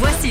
Voici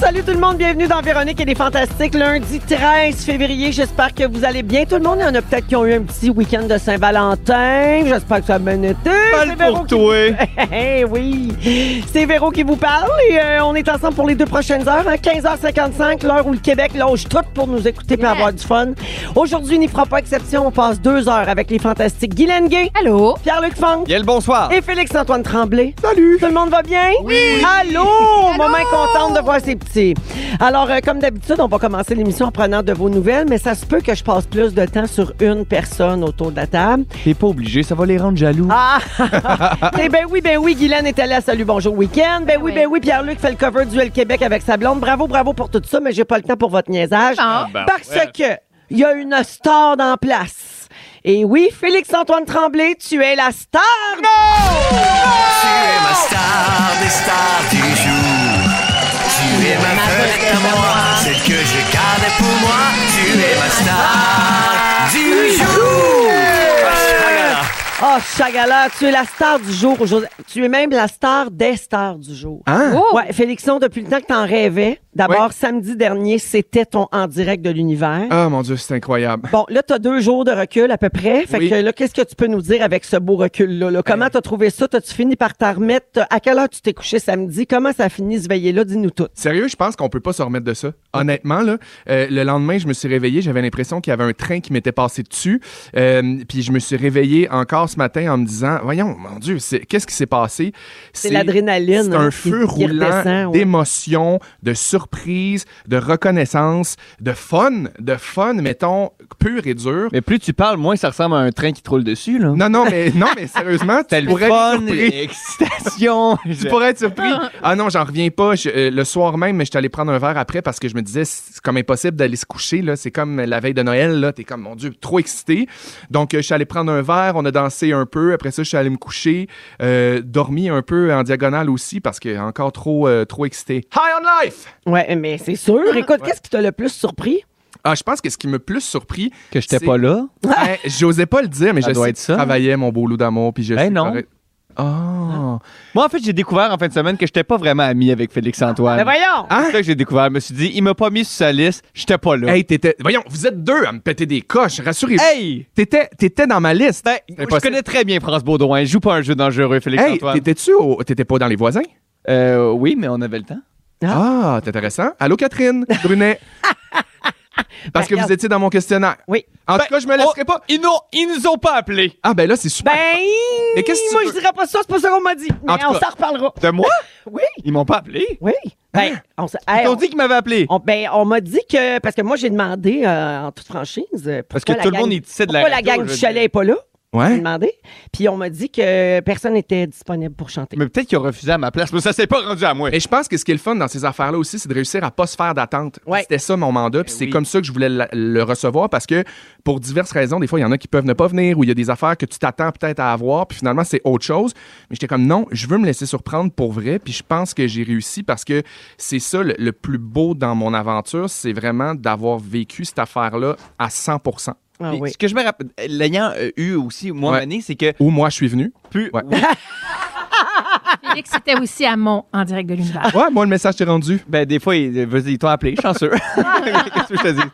Salut tout le monde, bienvenue dans Véronique et les Fantastiques. Lundi 13 février, j'espère que vous allez bien. Tout le monde, il y en a peut-être qui ont eu un petit week-end de Saint-Valentin. J'espère que ça a bien été. Parle C'est Véro pour qui- toi. Eh oui, c'est Véro qui vous parle et euh, on est ensemble pour les deux prochaines heures. hein. 15h55, l'heure où le Québec loge tout pour nous écouter et avoir du fun. Aujourd'hui, il n'y fera pas exception. On passe deux heures avec les Fantastiques Guylaine Gay, Allô? Pierre-Luc Funk, Yel, bonsoir. et Félix-Antoine Tremblay. Ah. Salut! Tout le monde va bien? Oui! Allô! Maman est contente de voir ces petits. Alors, euh, comme d'habitude, on va commencer l'émission en prenant de vos nouvelles, mais ça se peut que je passe plus de temps sur une personne autour de la table. T'es pas obligé, ça va les rendre jaloux. Ah! Eh ben oui, ben oui, Guylaine est allée à Salut Bonjour Week-end. Ben oui, oui. ben oui, Pierre-Luc fait le cover du Le Québec avec sa blonde. Bravo, bravo pour tout ça, mais j'ai pas le temps pour votre niaisage. Ah. ben Parce ouais. que il y a une star dans la place. Et oui, Félix-Antoine Tremblay, tu es la star! Tu es ma star des stars du jour. Tu es ma vedette à moi, celle que je gardais pour moi. Tu es ma star du jour. Ah, Chagrin. Oh, Chagala, tu es la star du jour aujourd'hui. Tu es même la star des stars du jour. Hein? Oh! Ouais, Félixon, depuis le temps que t'en rêvais, d'abord, samedi dernier, c'était ton en direct de l'univers. Ah mon dieu, c'est incroyable. Bon, là, t'as deux jours de recul à peu près. Fait Oui. Euh. que là, qu'est-ce que tu peux nous dire avec ce beau recul-là? là? Comment t'as trouvé ça? T'as-tu fini par t'en remettre? T'as- À quelle heure tu t'es couché samedi? Comment ça a fini ce veillé-là? Dis-nous tout. Sérieux, je pense qu'on peut pas se remettre de ça. Honnêtement, là, euh, le lendemain, je me suis réveillé, j'avais l'impression qu'il y avait un train qui m'était passé dessus. Euh, puis je me suis réveillé encore ce matin en me disant, voyons, mon dieu, c'est- qu'est-ce qui s'est passé C'est l'adrénaline, C'est hein, un qui- feu qui redescend, roulant ouais. d'émotion, de surprise, de reconnaissance, de fun, de fun, mettons pur et dur. Mais plus tu parles, moins ça ressemble à un train qui troule dessus, là. Non, non, mais non, mais sérieusement, tu le pourrais être fun, surpris. l'excitation. Tu pourrais être surpris. Ah non, j'en reviens pas. Je- euh, le soir même, je suis allé prendre un verre après parce que je me disais, c'est comme impossible d'aller se coucher. là. C'est comme la veille de Noël. là. T'es comme, mon Dieu, trop excité. Donc, euh, je suis allé prendre un verre. On a dansé un peu. Après ça, je suis allé me coucher. Euh, dormi un peu en diagonale aussi parce que encore trop, euh, trop excité. High on life! Ouais, mais c'est sûr. Écoute, qu'est-ce qui t'a le plus surpris? Ah, je pense que ce qui m'a plus surpris, Que j'étais C'est- pas là. ben, j'osais pas le dire, mais Ça je doit sais être que tu ça. travaillais, mon beau loup d'amour. Puis je Ben sais non. correct. Ah. Moi, en fait, j'ai découvert en fin de semaine que j'étais pas vraiment ami avec Félix-Antoine. Mais Ben, Ah, ben voyons! C'est ça que j'ai découvert. Je me suis dit, il m'a pas mis sur sa liste, j'étais pas là. Hey, t'étais. Voyons, vous êtes deux à me péter des coches. Rassurez-vous. Hey! T'étais, t'étais dans ma liste. Ben, C'est je impossible. connais très bien France Baudouin. Il joue pas un jeu dangereux, Hey, Félix-Antoine. t'étais-tu au... T'étais pas dans les voisins? Euh, oui, mais on avait le temps. Ah, c'est intéressant. Allô, Catherine Brunet. Parce que Ben, regarde. vous étiez dans mon questionnaire. Oui. En Ben, tout cas, je me laisserai on- pas. Ils, n'ont- ils nous ont pas appelés. Ah, ben là, c'est super. Ben, Mais qu'est-ce que tu moi, veux? je dirais pas ça, c'est pas ça qu'on m'a dit. Mais En tout on cas- s'en reparlera. De moi? Oui, Ils m'ont pas appelé. oui. Ben, on, s- hey, Hein? Ils t'ont on- dit qu'ils m'avaient appelé. on- ben, on m'a dit que, parce que moi, j'ai demandé euh, en toute franchise. euh, Parce que pourquoi la tout le gang- monde est ici de la Pourquoi la radio, gang je du veux chalet dire. n'est pas là? J'ai Ben, Ouais. demandé. Puis on m'a dit que personne n'était disponible pour chanter. Mais peut-être qu'ils ont refusé à ma place, mais ça s'est pas rendu à moi. Mais je pense que ce qui est le fun dans ces affaires-là aussi, c'est de réussir à pas se faire d'attente. Ouais. Eh C'était ça mon mandat, puis c'est oui. comme ça que je voulais la- le recevoir parce que pour diverses raisons, des fois il y en a qui peuvent ne pas venir ou il y a des affaires que tu t'attends peut-être à avoir, puis finalement c'est autre chose. Mais j'étais comme non, je veux me laisser surprendre pour vrai, puis je pense que j'ai réussi parce que c'est ça le, le plus beau dans mon aventure, c'est vraiment d'avoir vécu cette affaire-là à 100%. Ah Puis oui. Ce que je me rappelle, l'ayant euh, eu aussi, moi, Ouais. Mané, c'est que Où moi je suis venu. plus. Ouais. oui, Félix était aussi à Mont en direct de l'univers. Ouais, moi le message t'est rendu. ben, des fois, ils, vas-y, ils t'ont appelé, chanceux. Qu'est-ce que je te dis?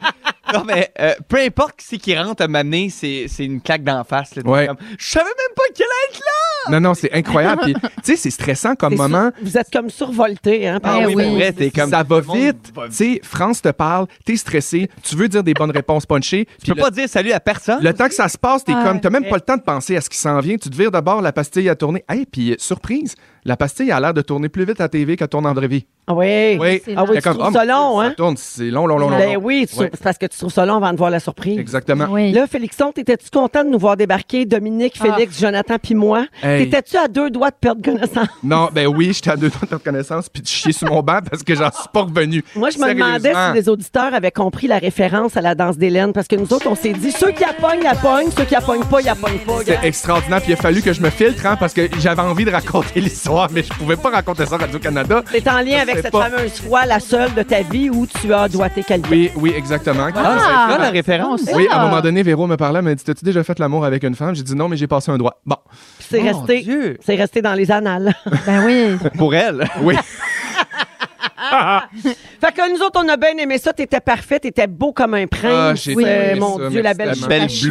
Non, mais euh, peu importe qui c'est qui rentre à m'amener, c'est, c'est une claque d'en face. là. T'es Ouais. comme, je savais même pas qu'il allait être là. Non non, c'est incroyable. puis, tu sais, c'est stressant comme C'est sûr- moment. Vous êtes comme survolté, hein? par- Ah oui. mais vrai, t'es comme. ça va tout le monde vite. va Tu sais, France te parle, t'es stressé, tu veux dire des bonnes réponses punchées. Tu puis peux le, pas Eh. dire salut à personne. le temps que ça se passe, t'es Ah, comme, t'as même ouais. pas le temps de penser à ce qui s'en vient. Tu te vires d'abord la pastille à tourner. Hey, puis euh, surprise, la pastille a l'air de tourner plus vite à TV qu'elle tourne en vraie vie. Ah oui. Oui. C'est Ah oui, Fait tu comme, trouves oh, ça long, Ça hein? tourne, c'est long, long, long, long. Ben long. oui, tu- Ouais. c'est parce que tu trouves ça long avant de voir la surprise. Exactement. Oui. Là, Félixon, t'étais-tu content de nous voir débarquer, Dominique, Ah. Félix, Jonathan puis moi? Hey. T'étais-tu à deux doigts de perdre connaissance? Non, ben oui, j'étais à deux doigts de reconnaissance puis de chier sur mon banc parce que j'en suis pas revenu. Moi, je me demandais si les auditeurs avaient compris la référence à la danse d'Hélène, parce que nous autres, on s'est dit, ceux qui appognent, appognent, ceux qui appognent pas, ils appognent pas. C'était extraordinaire, puis il a fallu que je me filtre, hein, parce que j'avais envie de raconter l'histoire, mais je pouvais pas raconter ça à Radio-Canada. C'est en lien avec sais cette pas. fameuse fois, la seule de ta vie, où tu as doigté quelqu'un. Oui, oui, exactement. Ah, c'est Ah. ça, la référence. Bon, Oui, à Ah. un moment donné, Véro me parlait, elle m'a dit T'as-tu déjà fait l'amour avec une femme J'ai dit non, mais j'ai passé un doigt. Bon, Puis C'est Mon resté, Dieu. c'est resté dans les annales. Ben oui. Pour elle. oui. fait que nous autres, on a bien aimé ça. T'étais parfait, t'étais beau comme un prince. Euh, Ah, j'ai Oui. aimé Mon ça, Dieu, la mais belle c'était belle La chemise,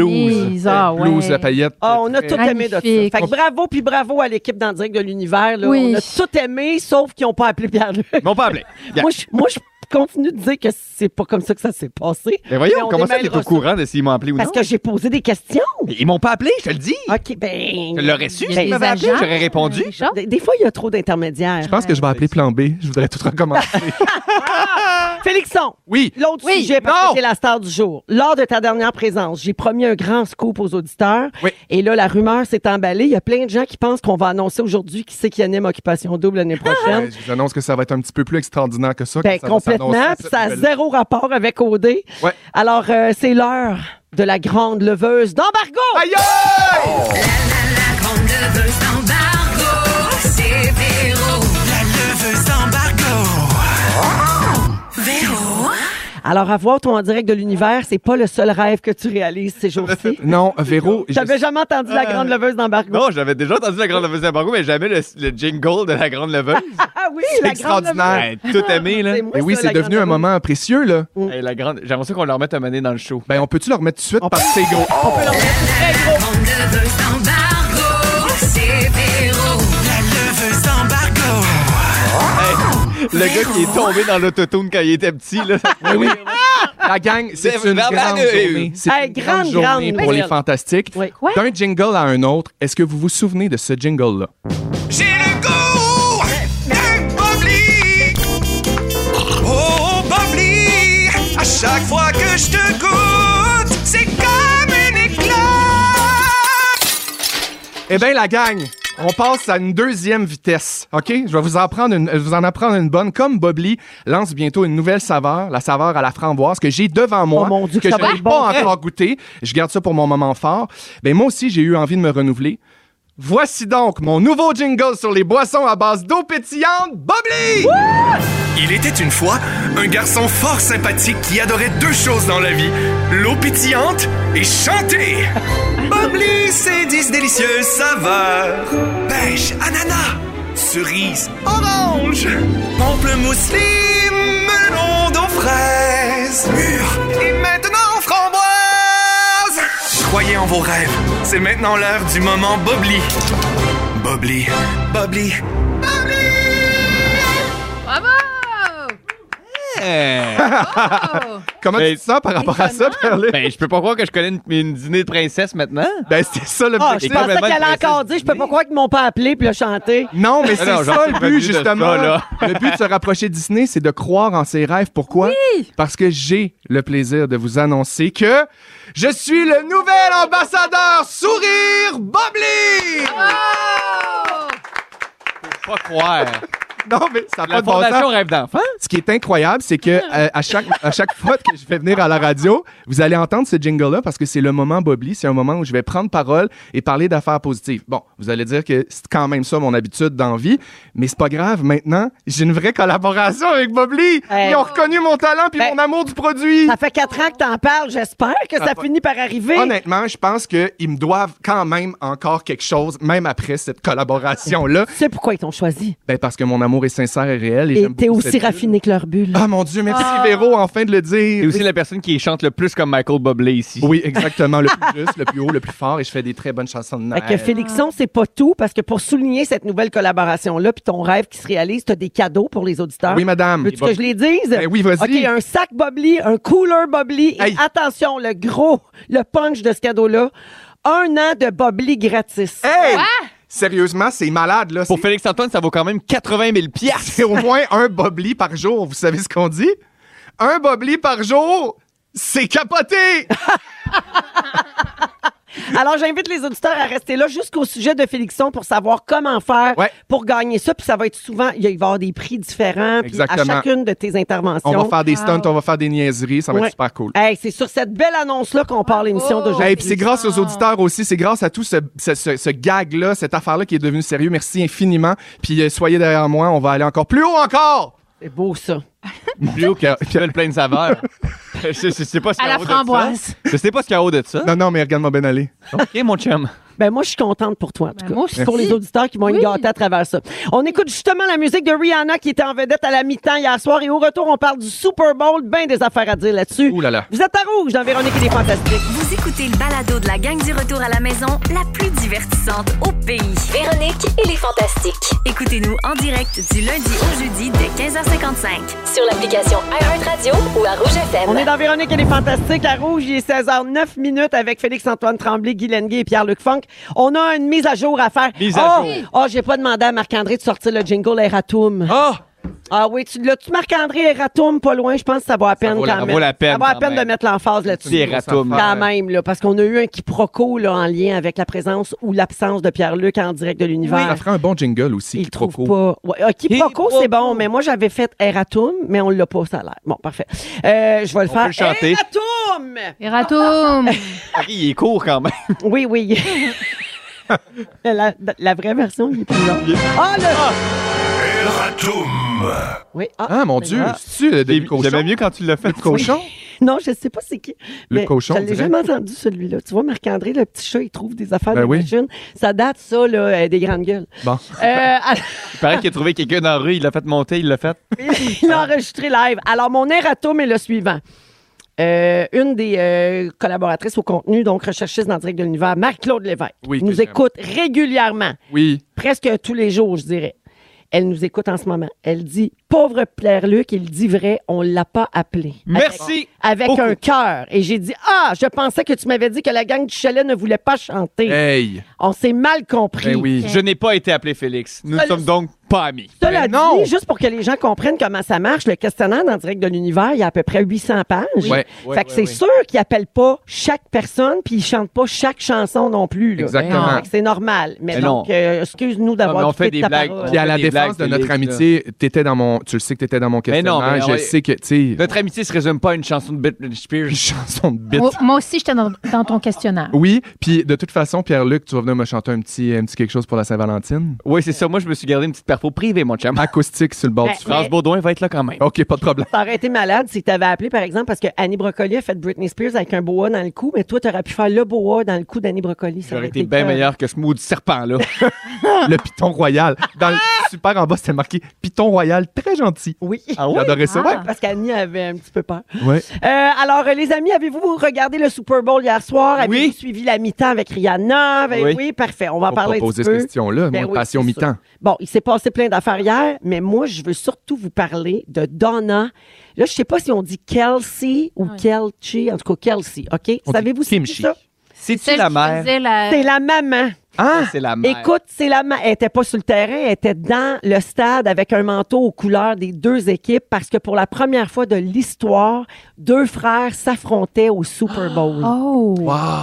blouse. ah ouais. blouse, la paillette. Ah, on a Très- tout aimé de ça. Fait Magnifique. que bravo, puis bravo à l'équipe d'En direct de l'univers. là. Oui. On a tout aimé, sauf qu'ils n'ont pas appelé Pierre-Luc. Mon pas appelé. Bien. Moi, je, moi, je continue de dire que c'est pas comme ça que ça s'est passé. Mais Mais Ben voyons, on comment ça, t'es démêlera au courant de s'ils m'ont appelé ou non? Parce que j'ai posé des questions. Mais Ils m'ont pas appelé, je te le dis. OK, ben... euh, Je l'aurais su, Il y a s'ils des m'avaient appelé, agents, j'aurais répondu. Richard. Des, des fois, il y a trop d'intermédiaires. Je pense que je vais appeler plan B. Je voudrais tout recommencer. Félixon, oui. l'autre Oui, sujet, parce non. que c'est la star du jour. Lors de ta dernière présence, j'ai promis un grand scoop aux auditeurs. Oui. Et là, la rumeur s'est emballée. Il y a plein de gens qui pensent qu'on va annoncer aujourd'hui qui c'est qui anime Occupation Double l'année prochaine. Ouais, je vous annonce que ça va être un petit peu plus extraordinaire que ça. Ben, que ça va s'annoncer complètement, à puis cette ça a nouvelle- zéro rapport avec OD. Ouais. Alors, euh, c'est l'heure de la grande leveuse d'embargo. Aïe, aïe! La leveuse d'embargo. Alors, avoir toi en direct de l'univers, c'est pas le seul rêve que tu réalises ces jours-ci. Non, Véro, je- Euh, J'avais jamais entendu la grande leveuse d'embargo. Non, j'avais déjà entendu la grande leveuse d'embargo, mais jamais le, le jingle de la grande leveuse. Ah oui, c'est la grande leveuse. extraordinaire. Hey, tout aimé, là. C'est moi, Mais oui, ça, c'est la devenu un grande leveuse. moment précieux, là. Hey, la grande... J'aimerais ça qu'on leur mette un mané dans le show. Ben, on peut-tu le remettre tout de suite parce que c'est gros? La leveuse d'embargo. Le Ben gars qui est tombé dans l'autotune quand il était petit, là. Oui, oui. La gang, c'est C'est une vraiment grande mieux. journée. C'est Hey, une grande, grande, journée grande pour les nouvelle. fantastiques. Oui. Quoi? D'un jingle à un autre, est-ce que vous vous souvenez de ce jingle-là? J'ai le goût d'un bubbly. Oh, bubbly. À chaque fois que je te goûte, c'est comme un éclat. Eh bien, la gang, on passe à une deuxième vitesse. OK? Je vais vous en, prendre une, je vais vous en apprendre une bonne. Comme Bob Lee lance bientôt une nouvelle saveur, la saveur à la framboise, que j'ai devant moi, Oh mon Dieu, que que je ça va n'ai être pas bon. encore goûté. Je garde ça pour mon moment fort. Ben, moi aussi, j'ai eu envie de me renouveler. Voici donc mon nouveau jingle sur les boissons à base d'eau pétillante, Bob Lee! Il était une fois un garçon fort sympathique qui adorait deux choses dans la vie l'eau pétillante et chanter. Bubbly, c'est dix délicieuses saveurs pêche, ananas, cerise, orange, pamplemousse, lime, melon d'eau fraise, mûre et maintenant framboise. Croyez en vos rêves, c'est maintenant l'heure du moment Bubbly. Bubbly, Bubbly. Bravo! ben, Oh! Comment Ben, tu te sens par rapport à ça, Perle? je peux pas croire que je connais une, une dîner de princesse maintenant. Ben, c'était ça le Ah, je C'est pensais complètement qu'elle allait une encore dire, je peux pas croire qu'ils m'ont pas appelé puis le chanter. Non, mais c'est Ah non, ça j'en suis le revenu but, de justement. ça, là. le but de se rapprocher de Disney, c'est de croire en ses rêves. Pourquoi? Parce que j'ai le plaisir de vous annoncer que je suis le nouvel ambassadeur Sourire Bob Lee! Ah! Faut pas croire. Non, mais ça n'a pas La de bon sens. fondation rêve d'enfant. Ce qui est incroyable, c'est que euh, à, chaque, à chaque fois que je vais venir à la radio, vous allez entendre ce jingle-là parce que c'est le moment Bob Lee. C'est un moment où je vais prendre parole et parler d'affaires positives. Bon, vous allez dire que c'est quand même ça mon habitude dans vie, mais c'est pas grave. Maintenant, j'ai une vraie collaboration avec Bob Lee. Hey. Ils ont reconnu mon talent puis Ben, mon amour du produit. Ça fait quatre ans que t'en parles, j'espère que ça, Ça pas- finit par arriver. Honnêtement, je pense qu'ils me doivent quand même encore quelque chose, même après cette collaboration-là. Tu sais pourquoi ils t'ont choisi. Ben, parce que mon amour est sincère et réel. Et, Et j'aime t'es beaucoup aussi cette- raffiné que leur bulle. Ah mon Dieu, merci Véro, enfin de le Et dire. aussi la personne qui chante le plus comme Michael Bublé ici. Oui, exactement. Le plus juste, le plus haut, le plus fort. Et je fais des très bonnes chansons de Fait Noël. que Félixon, c'est pas tout, parce que pour souligner cette nouvelle collaboration-là, puis ton rêve qui se réalise, t'as des cadeaux pour les auditeurs. Oui, madame. Veux-tu que je les dise? Ben oui, vas-y. OK, un sac Bobli, un cooler Bobli. Et Hey. attention, le Hein? gros, le punch de ce cadeau-là, un an de Bobli gratis. Hey! Sérieusement, c'est malade, là. Pour C'est- Félix Antoine, ça vaut quand même 80 000 piastres. C'est au moins un bobli par jour. Vous savez ce qu'on dit? Un bobli par jour, c'est capoté! Alors, j'invite les auditeurs à rester là jusqu'au sujet de Félixon pour savoir comment faire Ouais. pour gagner ça. Puis ça va être souvent, il va y avoir des prix différents puis à Exactement. chacune de tes interventions. On va faire des stunts, on va faire des niaiseries, ça va Ouais. Ah, être super cool. Hey, c'est sur cette belle annonce-là qu'on part l'émission Oh! d'aujourd'hui. Hey, puis c'est grâce aux auditeurs aussi, c'est grâce à tout ce, ce- ce- ce gag-là, cette affaire-là qui est devenue sérieux. Merci infiniment. Puis euh, soyez derrière moi, on va aller encore plus haut encore! C'est beau, ça. Plus haut que puis elle a plein de saveurs. Euh, je, je sais pas ce À qu'il y a la en haut de framboise. ça. Je sais pas ce qu'il y a en haut de ça. Non, non, mais regarde-moi bien aller. OK, mon chum. Ben, moi, je suis contente pour toi, en tout Ben, cas. moi aussi. Pour les auditeurs qui vont être Oui. gâtés à travers ça. On écoute justement la musique de Rihanna qui était en vedette à la mi-temps hier soir. Et au retour, on parle du Super Bowl. Ben des affaires à dire là-dessus. Ouh là là. Vous êtes à rouge dans Véronique et les Fantastiques. Vous écoutez le balado de la gang du retour à la maison, la plus divertissante au pays. Véronique et les Fantastiques. Écoutez-nous en direct du lundi au jeudi dès 15h55. Sur l'application iHeartRadio ou à Rouge Ben FM. On est dans Véronique et les Fantastiques à Rouge. Il est 16h09 minutes avec Félix-Antoine Tremblay, Guy Lenguet et Pierre-Luc Funk. On a une mise à jour à faire. Mise à oh, jour. oh, j'ai pas demandé à Marc-André de sortir le jingle Eratum. Ah! Ah oui, tu l'as-tu Marc-André Eratum pas loin? Je pense que ça vaut à peine vaut la- quand ça même. vaut la peine Ça vaut à quand peine de même. mettre l'emphase là-dessus. Pierre Atom. Quand même, là, parce qu'on a eu un quiproquo là, en lien avec la présence ou l'absence de Pierre-Luc en direct de l'univers. Ça ferait un bon jingle aussi. Il qui trouve trop cool. pas. Ouais, euh, quiproquo, c'est Quiproquo. bon, mais moi, j'avais fait Eratum, mais on l'a pas, ça a l'air. Bon, parfait. Euh, je vais le On faire. peut le chanter. Eratum! Erratum. Harry, il est court quand même. Oui, oui. Mais la, la vraie version, il est plus long. Ah, le... Erratum. Oui, ah. Ah, mon Dieu! Ah. C'est-tu euh, Debbie Cochon? J'aimais mieux quand tu l'as fait. Debbie Cochon? Non, je sais pas c'est qui. Le mais cochon, Je l'ai on dirait. jamais entendu, celui-là. Tu vois, Marc-André, le petit chat, il trouve des affaires Ben oui. d'origine. Ça date, ça, là, euh, des grandes gueules. Bon. Euh, alors- Il paraît qu'il a trouvé quelqu'un dans la rue, il l'a fait monter, il l'a fait. Ah, Il l'a enregistré live. Alors, mon erratum est le suivant. Euh, une des euh, collaboratrices au contenu, donc recherchiste dans Direct de l'Univers, Marc-Claude Lévesque, Oui, nous que j'aime. écoute régulièrement, Oui. presque tous les jours, je dirais. Elle nous écoute en ce moment. Elle dit Pauvre Pierre-Luc, il dit vrai, on l'a pas appelé. Merci! Avec Beaucoup. un cœur. Et j'ai dit Ah, je pensais que tu m'avais dit que la gang du chalet ne voulait pas chanter. Hey! On s'est mal compris. Ben Eh. oui. Je n'ai pas été appelé Félix. Nous ne Seul- sommes donc pas amis. Cela Mais dit, Ben non! juste pour que les gens comprennent comment ça marche, le questionnaire dans Direct de l'Univers, il y a à peu près 800 pages. Ouais. fait que c'est sûr qu'ils appellent pas chaque personne, puis ils chantent pas chaque chanson non plus. là. Exactement. Fait que C'est normal. Mais, Mais donc, non. euh, excuse-nous Non, mais d'avoir on coupé fait de des ta blagues. parole. Puis à la des blagues, défense de notre Félix, amitié, t'étais dans mon, tu le sais que t'étais dans mon Mais non, questionnaire. mais je ouais. sais que, tu sais, Notre amitié se résume pas à une chanson de Britney Spears. une chanson de bite. Moi- Moi aussi, j'étais dans, dans ton questionnaire. Oui, puis de toute façon, Pierre-Luc, tu vas venir me chanter un petit, un petit quelque chose pour la Saint-Valentine. Oui, c'est ça. Moi, je me suis gardé une petite perfo privée, mon chum. Oh, Acoustique sur le bord Ben, du Ah, France frère. mais- Baudouin va être là quand même. OK, pas de problème. Ça aurait été malade si t'avais appelé, par exemple, parce que Annie Brocoli a fait Britney Spears avec un boa dans le cou, mais toi, t'aurais pu faire le boa dans le cou d'Annie Brocoli. Ça J'aurais aurait été bien que- meilleur que ce maudit serpent-là. Le Piton Royal. Dans le super en bas, c'était marqué Piton Royal, très gentil. Oui. Ah J'adorais ça. Ah. Parce qu'Annie avait un petit peu peur. Ouais. ouais. Euh, alors, euh, les amis, avez-vous regardé le Super Bowl hier soir? Avez-vous Oui. suivi la mi-temps avec Rihanna? Ben oui. Oui. parfait. On va en Faut parler pas un poser petit cette peu. question-là. Ben Moi, oui, passion c'est mi-temps. Bon, il s'est passé plein d'affaires hier, mais moi, je veux surtout vous parler de Donna. Là, je sais pas si on dit Kelsey ou Oui. Kelchi. En tout cas, Kelsey, OK? On dit Savez-vous c'est qui Kimchi. ça? C'est-tu Celle la qui mère? faisait la- C'est la maman. Ah! C'est la mère. Écoute, c'est la ma- Elle était pas sur le terrain, elle était dans le stade avec un manteau aux couleurs des deux équipes parce que pour la première fois de l'histoire, deux frères s'affrontaient au Super Bowl. Oh!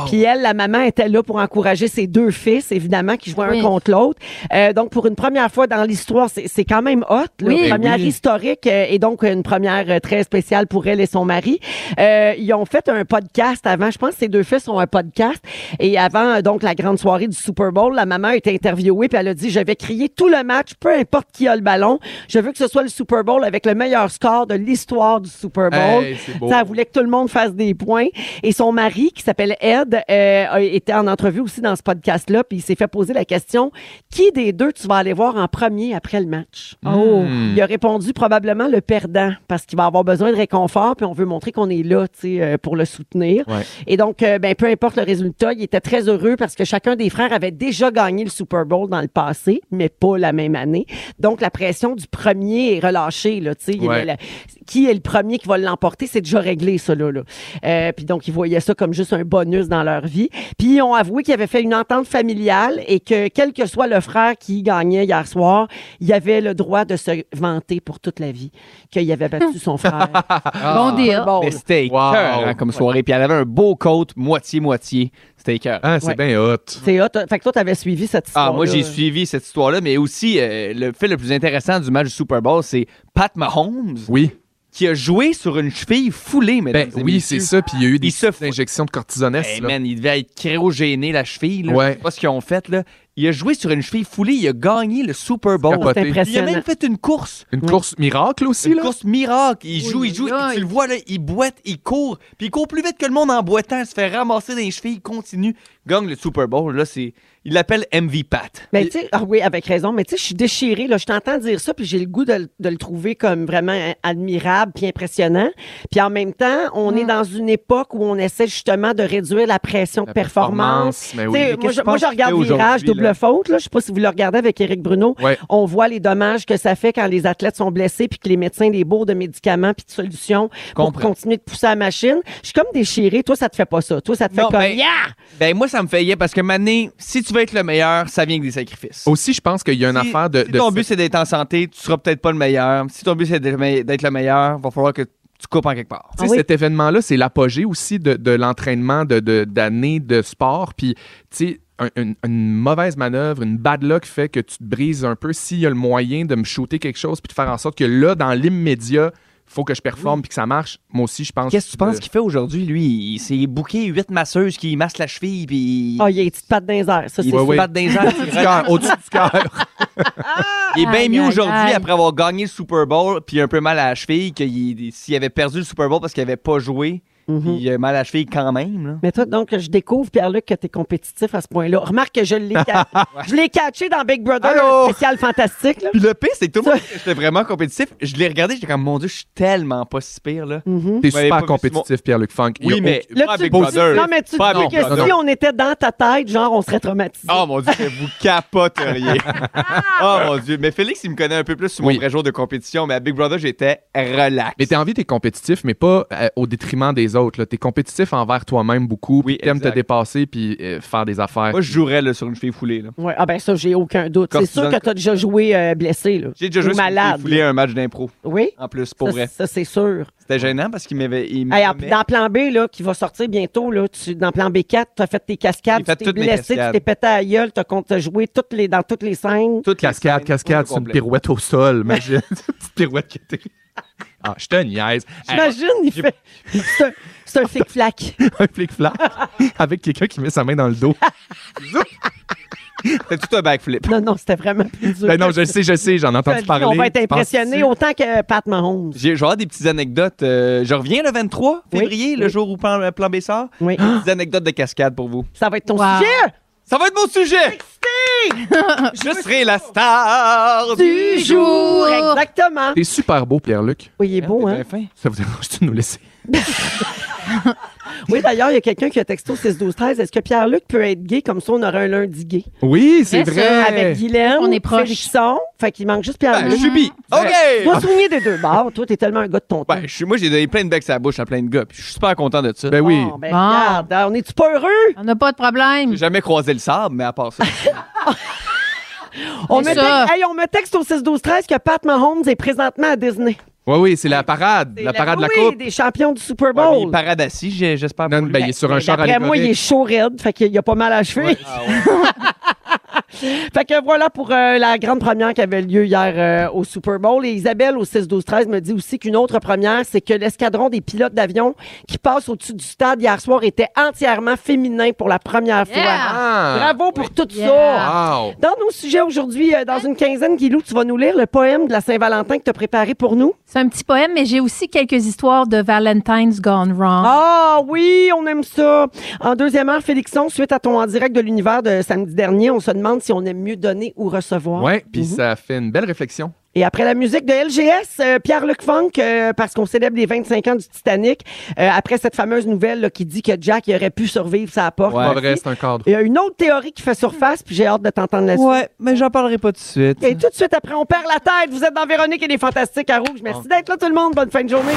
Puis elle, la maman, était là pour encourager ses deux fils, évidemment, qui jouaient Oui. un contre l'autre. Euh, donc, pour une première fois dans l'histoire, c'est c'est quand même hot. là. Oui. Une Ben première oui. historique euh, et donc une première euh, très spéciale pour elle et son mari. Euh, ils ont fait un podcast avant. Je pense que ces deux fils ont un podcast. Et avant, euh, donc, la grande soirée du Super Bowl, la maman a été interviewée puis elle a dit, je vais crier tout le match, peu importe qui a le ballon. Je veux que ce soit le Super Bowl avec le meilleur score de l'histoire du Super Bowl. Hey, c'est beau. Ça, elle voulait que tout le monde fasse des points. Et son mari, qui s'appelle Ed, euh, a- était en entrevue aussi dans ce podcast-là, puis il s'est fait poser la question qui des deux tu vas aller voir en premier après le match Oh Hmm. Il a répondu probablement le perdant, parce qu'il va avoir besoin de réconfort, puis on veut montrer qu'on est là, tu sais, euh, pour le soutenir. Ouais. Et donc, euh, ben, peu importe le résultat, il était très heureux parce que chacun des frères avait déjà gagné le Super Bowl dans le passé, mais pas la même année. Donc, la pression du premier est relâchée. Là, tu sais. Il y avait Ouais. la- qui est le premier qui va l'emporter, c'est déjà réglé, ça. Là, là. Euh, puis donc, ils voyaient ça comme juste un bonus dans leur vie. Puis ils ont avoué qu'ils avaient fait une entente familiale et que, quel que soit le frère qui gagnait hier soir, il avait le droit de se vanter pour toute la vie qu'il avait battu son frère. Bon deal. Ah. Bon, Mais c'était Wow. écœurant hein, comme soirée. Puis elle avait un beau coat, moitié-moitié. C'était écœurant. Ah, c'est Ouais. bien hot. C'est hot. hein. Fait que toi, t'avais suivi cette histoire. Ah, moi, j'ai suivi cette histoire-là, mais aussi, euh, le fait le plus intéressant du match du Super Bowl, c'est Pat Mahomes, Oui. qui a joué sur une cheville foulée, Ben mesdames et oui, messieurs. c'est ça. Puis il y a eu des Il se petites fout. Ben injections de cortisonesse. Hey, là. man, il devait être cryogéné, la cheville. Là. Ouais. Je sais pas ce qu'ils ont fait, là. Il a joué sur une cheville foulée, il a gagné le Super Bowl. capoté. Oh, C'est Il a impressionnant. même fait une course. Une course miracle aussi, une là. course miracle. Il joue, Oui, il joue. oui. Tu le vois, là, il boite, il court. Puis il court plus vite que le monde en boitant. Il se fait ramasser dans les chevilles, il continue. Gagne le Super Bowl. Là, c'est... Il l'appelle MV Pat. Mais tu sais, ah oui, avec raison, mais tu sais, je suis déchirée, là. Je t'entends dire ça, puis j'ai le goût de, le- de le trouver comme vraiment euh, admirable puis impressionnant. Puis en même temps, on Mm. est dans une époque où on essaie justement de réduire la pression de La performance. performance, mais oui. Tu sais, Mais qu'est-ce moi, je, que moi, tu penses je qu'il regarde fait Virage, aujourd'hui, double là? faute, là. Je sais pas si vous le regardez avec Éric Bruno. Ouais. On voit les dommages que ça fait quand les athlètes sont blessés puis que les médecins les bourrent de médicaments puis de solutions pour Comprends. continuer de pousser la machine. Je suis comme déchirée. Toi, ça te fait pas ça. Toi, ça te fait Non, comme, ben- Yeah! Ben, moi, ça me fait hier parce que Mané, si tu veux être le meilleur, ça vient avec des sacrifices. Aussi, je pense qu'il y a une si, affaire de. si de- ton but, c'est d'être en santé, tu seras peut-être pas le meilleur. Si ton but, c'est d'être me- d'être le meilleur, va falloir que tu coupes en quelque part. Tu sais, Ah oui. Cet événement-là, c'est l'apogée aussi de, de l'entraînement de- de- d'années de, sport. Puis, tu sais, un- une, une mauvaise manœuvre, une bad luck fait que tu te brises un peu. S'il y a le moyen de me shooter quelque chose puis de faire en sorte que là, dans l'immédiat, faut que je performe puis que ça marche, moi aussi, je pense. Qu'est-ce que tu penses de- qu'il fait aujourd'hui, lui? Il s'est booké huit masseuses qui massent la cheville, puis... Ah, il y a des petites pattes dans les airs. Ça, il c'est se Ouais, ouais. bat dans les airs, puis il Du cœur, Au-dessus du cœur. Il est bien Aïe, mieux aïe, aujourd'hui aïe. après avoir gagné le Super Bowl puis un peu mal à la cheville que il- s'il avait perdu le Super Bowl parce qu'il avait pas joué, Mhm. puis il a mal à la cheville quand même. là. Mais toi, donc, je découvre, Pierre-Luc, que t'es compétitif à ce point-là. Remarque que je l'ai, ca- je l'ai catché dans Big Brother, Allô? un spécial fantastique. Là. Puis le pire, c'est que tout le monde, j'étais vraiment compétitif. Je l'ai regardé, j'étais comme, mon Dieu, je suis tellement pas si pire, là. Mhm. T'es m'avez pas super vu, compétitif, Pierre-Luc Funk. Il y a Là, pas tu avec te dis- Brother. non, mais tu Pas te dis avec que Brother. si on était dans ta tête, genre, on serait traumatisé. Oh mon dieu, que vous capoteriez. oh mon dieu. Mais Félix, il me connaît un peu plus sur mon Oui. vrai jour de compétition, mais à Big Brother, j'étais relax. Mais t'as envie, t'es compétitif, mais pas euh, au détriment des autres. là. T'es compétitif envers toi-même beaucoup. Oui, puis T'aimes te exact. dépasser puis euh, faire des affaires. Moi, je jouerais là, sur une cheville foulée. Là. Ouais, ah ben ça, j'ai aucun doute. C'est sûr Cortisone- que t'as déjà joué euh, blessé. Là. J'ai déjà Ou joué sur une cheville malade. foulée à un match d'impro, Oui, en plus, pour ça, vrai. ça, c'est sûr. C'était gênant parce qu'il m'avait. il Hey, en- m'aimait. dans plan B, là, qui va sortir bientôt, là, tu, dans plan B4, tu as fait tes cascades, J'ai fait tu t'es toutes mes blessé, tu cascades. t'es pété à la gueule, tu as, joué toutes les, dans toutes les scènes. Toutes les Cascade, scènes, tout cascade, c'est une complet. pirouette au sol. Imagine, une petite pirouette qui était. Ah, je te niaise. Hey, J'imagine, il fait. C'est un- C'est un flic-flac. un flic-flac avec quelqu'un qui met sa main dans le dos. C'était tout un backflip. Non, non, c'était vraiment plus dur. Ben non, je le sais, je le sais, j'en ai entendu parler. on va être Penses-tu? impressionnés autant que Pat Mahomes. J'ai je vais avoir des petites anecdotes. euh, je reviens le 23 Oui, février, le oui. jour où plan, euh, plan B sort. Oui. Des petites anecdotes de cascade pour vous. Ça va être ton Wow. sujet Ça va être mon sujet! Je serai la star Du jour. Exactement. T'es super beau, Pierre-Luc. Oui, il est beau, hein? Bien fin. Ça vous dérange de nous laisser? Oui, d'ailleurs, il y a quelqu'un qui a texto 6 12 13 Est-ce que Pierre-Luc peut être gay comme ça, on aura un lundi gay? Oui, c'est Bien vrai. sûr. Avec Guylaine, On est proche. Félixon. Fait qu'il manque juste Ben, Pierre-Luc. je subis. Toi, OK! Ah, souviens des deux bords. Toi, t'es tellement un gars de ton temps. Ben, je suis- moi, j'ai donné plein de becs à la bouche à plein de gars. puis je suis super content de ça. Ah, Ben oui. Bon, ben, Bon. regarde, on est-tu pas heureux? On n'a pas de problème. J'ai jamais croisé le sable, mais à part ça. On me, C'est ça. texte, hey, on me texte au 6 12 13 que Pat Mahomes est présentement à Disney. Ben Oui, oui, c'est la parade. La parade de la Oui, Coupe. des champions du Super Ouais, mais Bowl. il parade assis, j'ai- j'espère. Non, pour lui. ben, il est sur un Ben, char d'après moi, il est allégorique. chaud raide, fait qu'il y a pas mal à cheveux. Ah fait que voilà pour euh, la grande première qui avait lieu hier euh, au Super Bowl. Et Isabelle, au 6-12-13, me dit aussi qu'une autre première, c'est que l'escadron des pilotes d'avion qui passe au-dessus du stade hier soir était entièrement féminin pour la première Yeah! fois. Ah, Bravo pour tout ça! Yeah. Hein? wow. Dans nos sujets aujourd'hui, euh, dans une quinzaine, Guilou, tu vas nous lire le poème de la Saint-Valentin que tu as préparé pour nous. C'est un petit poème, mais j'ai aussi quelques histoires de Valentine's Gone Wrong. Ah oui, on aime ça. En deuxième heure, Félixon, suite à ton en direct de l'univers de samedi dernier, on se demande si on aime mieux donner ou recevoir. Ouais, puis Mhm. ça fait une belle réflexion. Et après la musique de LGS, euh, Pierre-Luc Funk, euh, parce qu'on célèbre les 25 ans du Titanic, euh, après cette fameuse nouvelle là, qui dit que Jack il aurait pu survivre sa porte. Pas vrai, c'est un cadre. Il y a une autre théorie qui fait surface, puis j'ai hâte de t'entendre là-dessus. Ouais, mais j'en parlerai pas tout de suite. Et tout de suite après, on perd la tête. Vous êtes dans Véronique et les Fantastiques à Rouge. Merci Ah. d'être là tout le monde. Bonne fin de journée.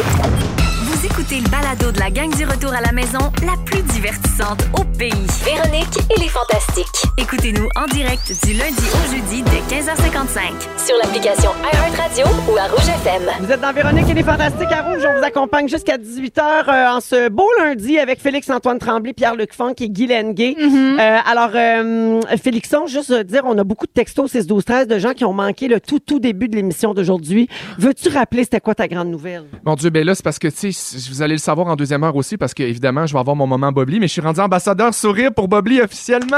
Vous écoutez le balado de la gang du retour à la maison, la plus divertissante au pays. Véronique et les Fantastiques. Écoutez-nous en direct du lundi au jeudi dès 15h55. Sur l'application iHeartRadio ou à Rouge FM. Vous êtes dans Véronique et les Fantastiques à Rouge. On vous accompagne jusqu'à 18h en ce beau lundi avec Félix-Antoine Tremblay, Pierre-Luc Funk et Guy Lenguet. Mm-hmm. Euh, alors, euh, Félixon, juste euh, dire, on a beaucoup de textos 6 12 13 de gens qui ont manqué le tout, tout début de l'émission d'aujourd'hui. Veux-tu rappeler c'était quoi ta grande nouvelle? Mon Dieu, ben là, c'est parce que, tu sais, si- vous allez le savoir en deuxième heure aussi, parce que, évidemment, je vais avoir mon moment Bobli, mais je suis rendu ambassadeur sourire pour Bobli officiellement!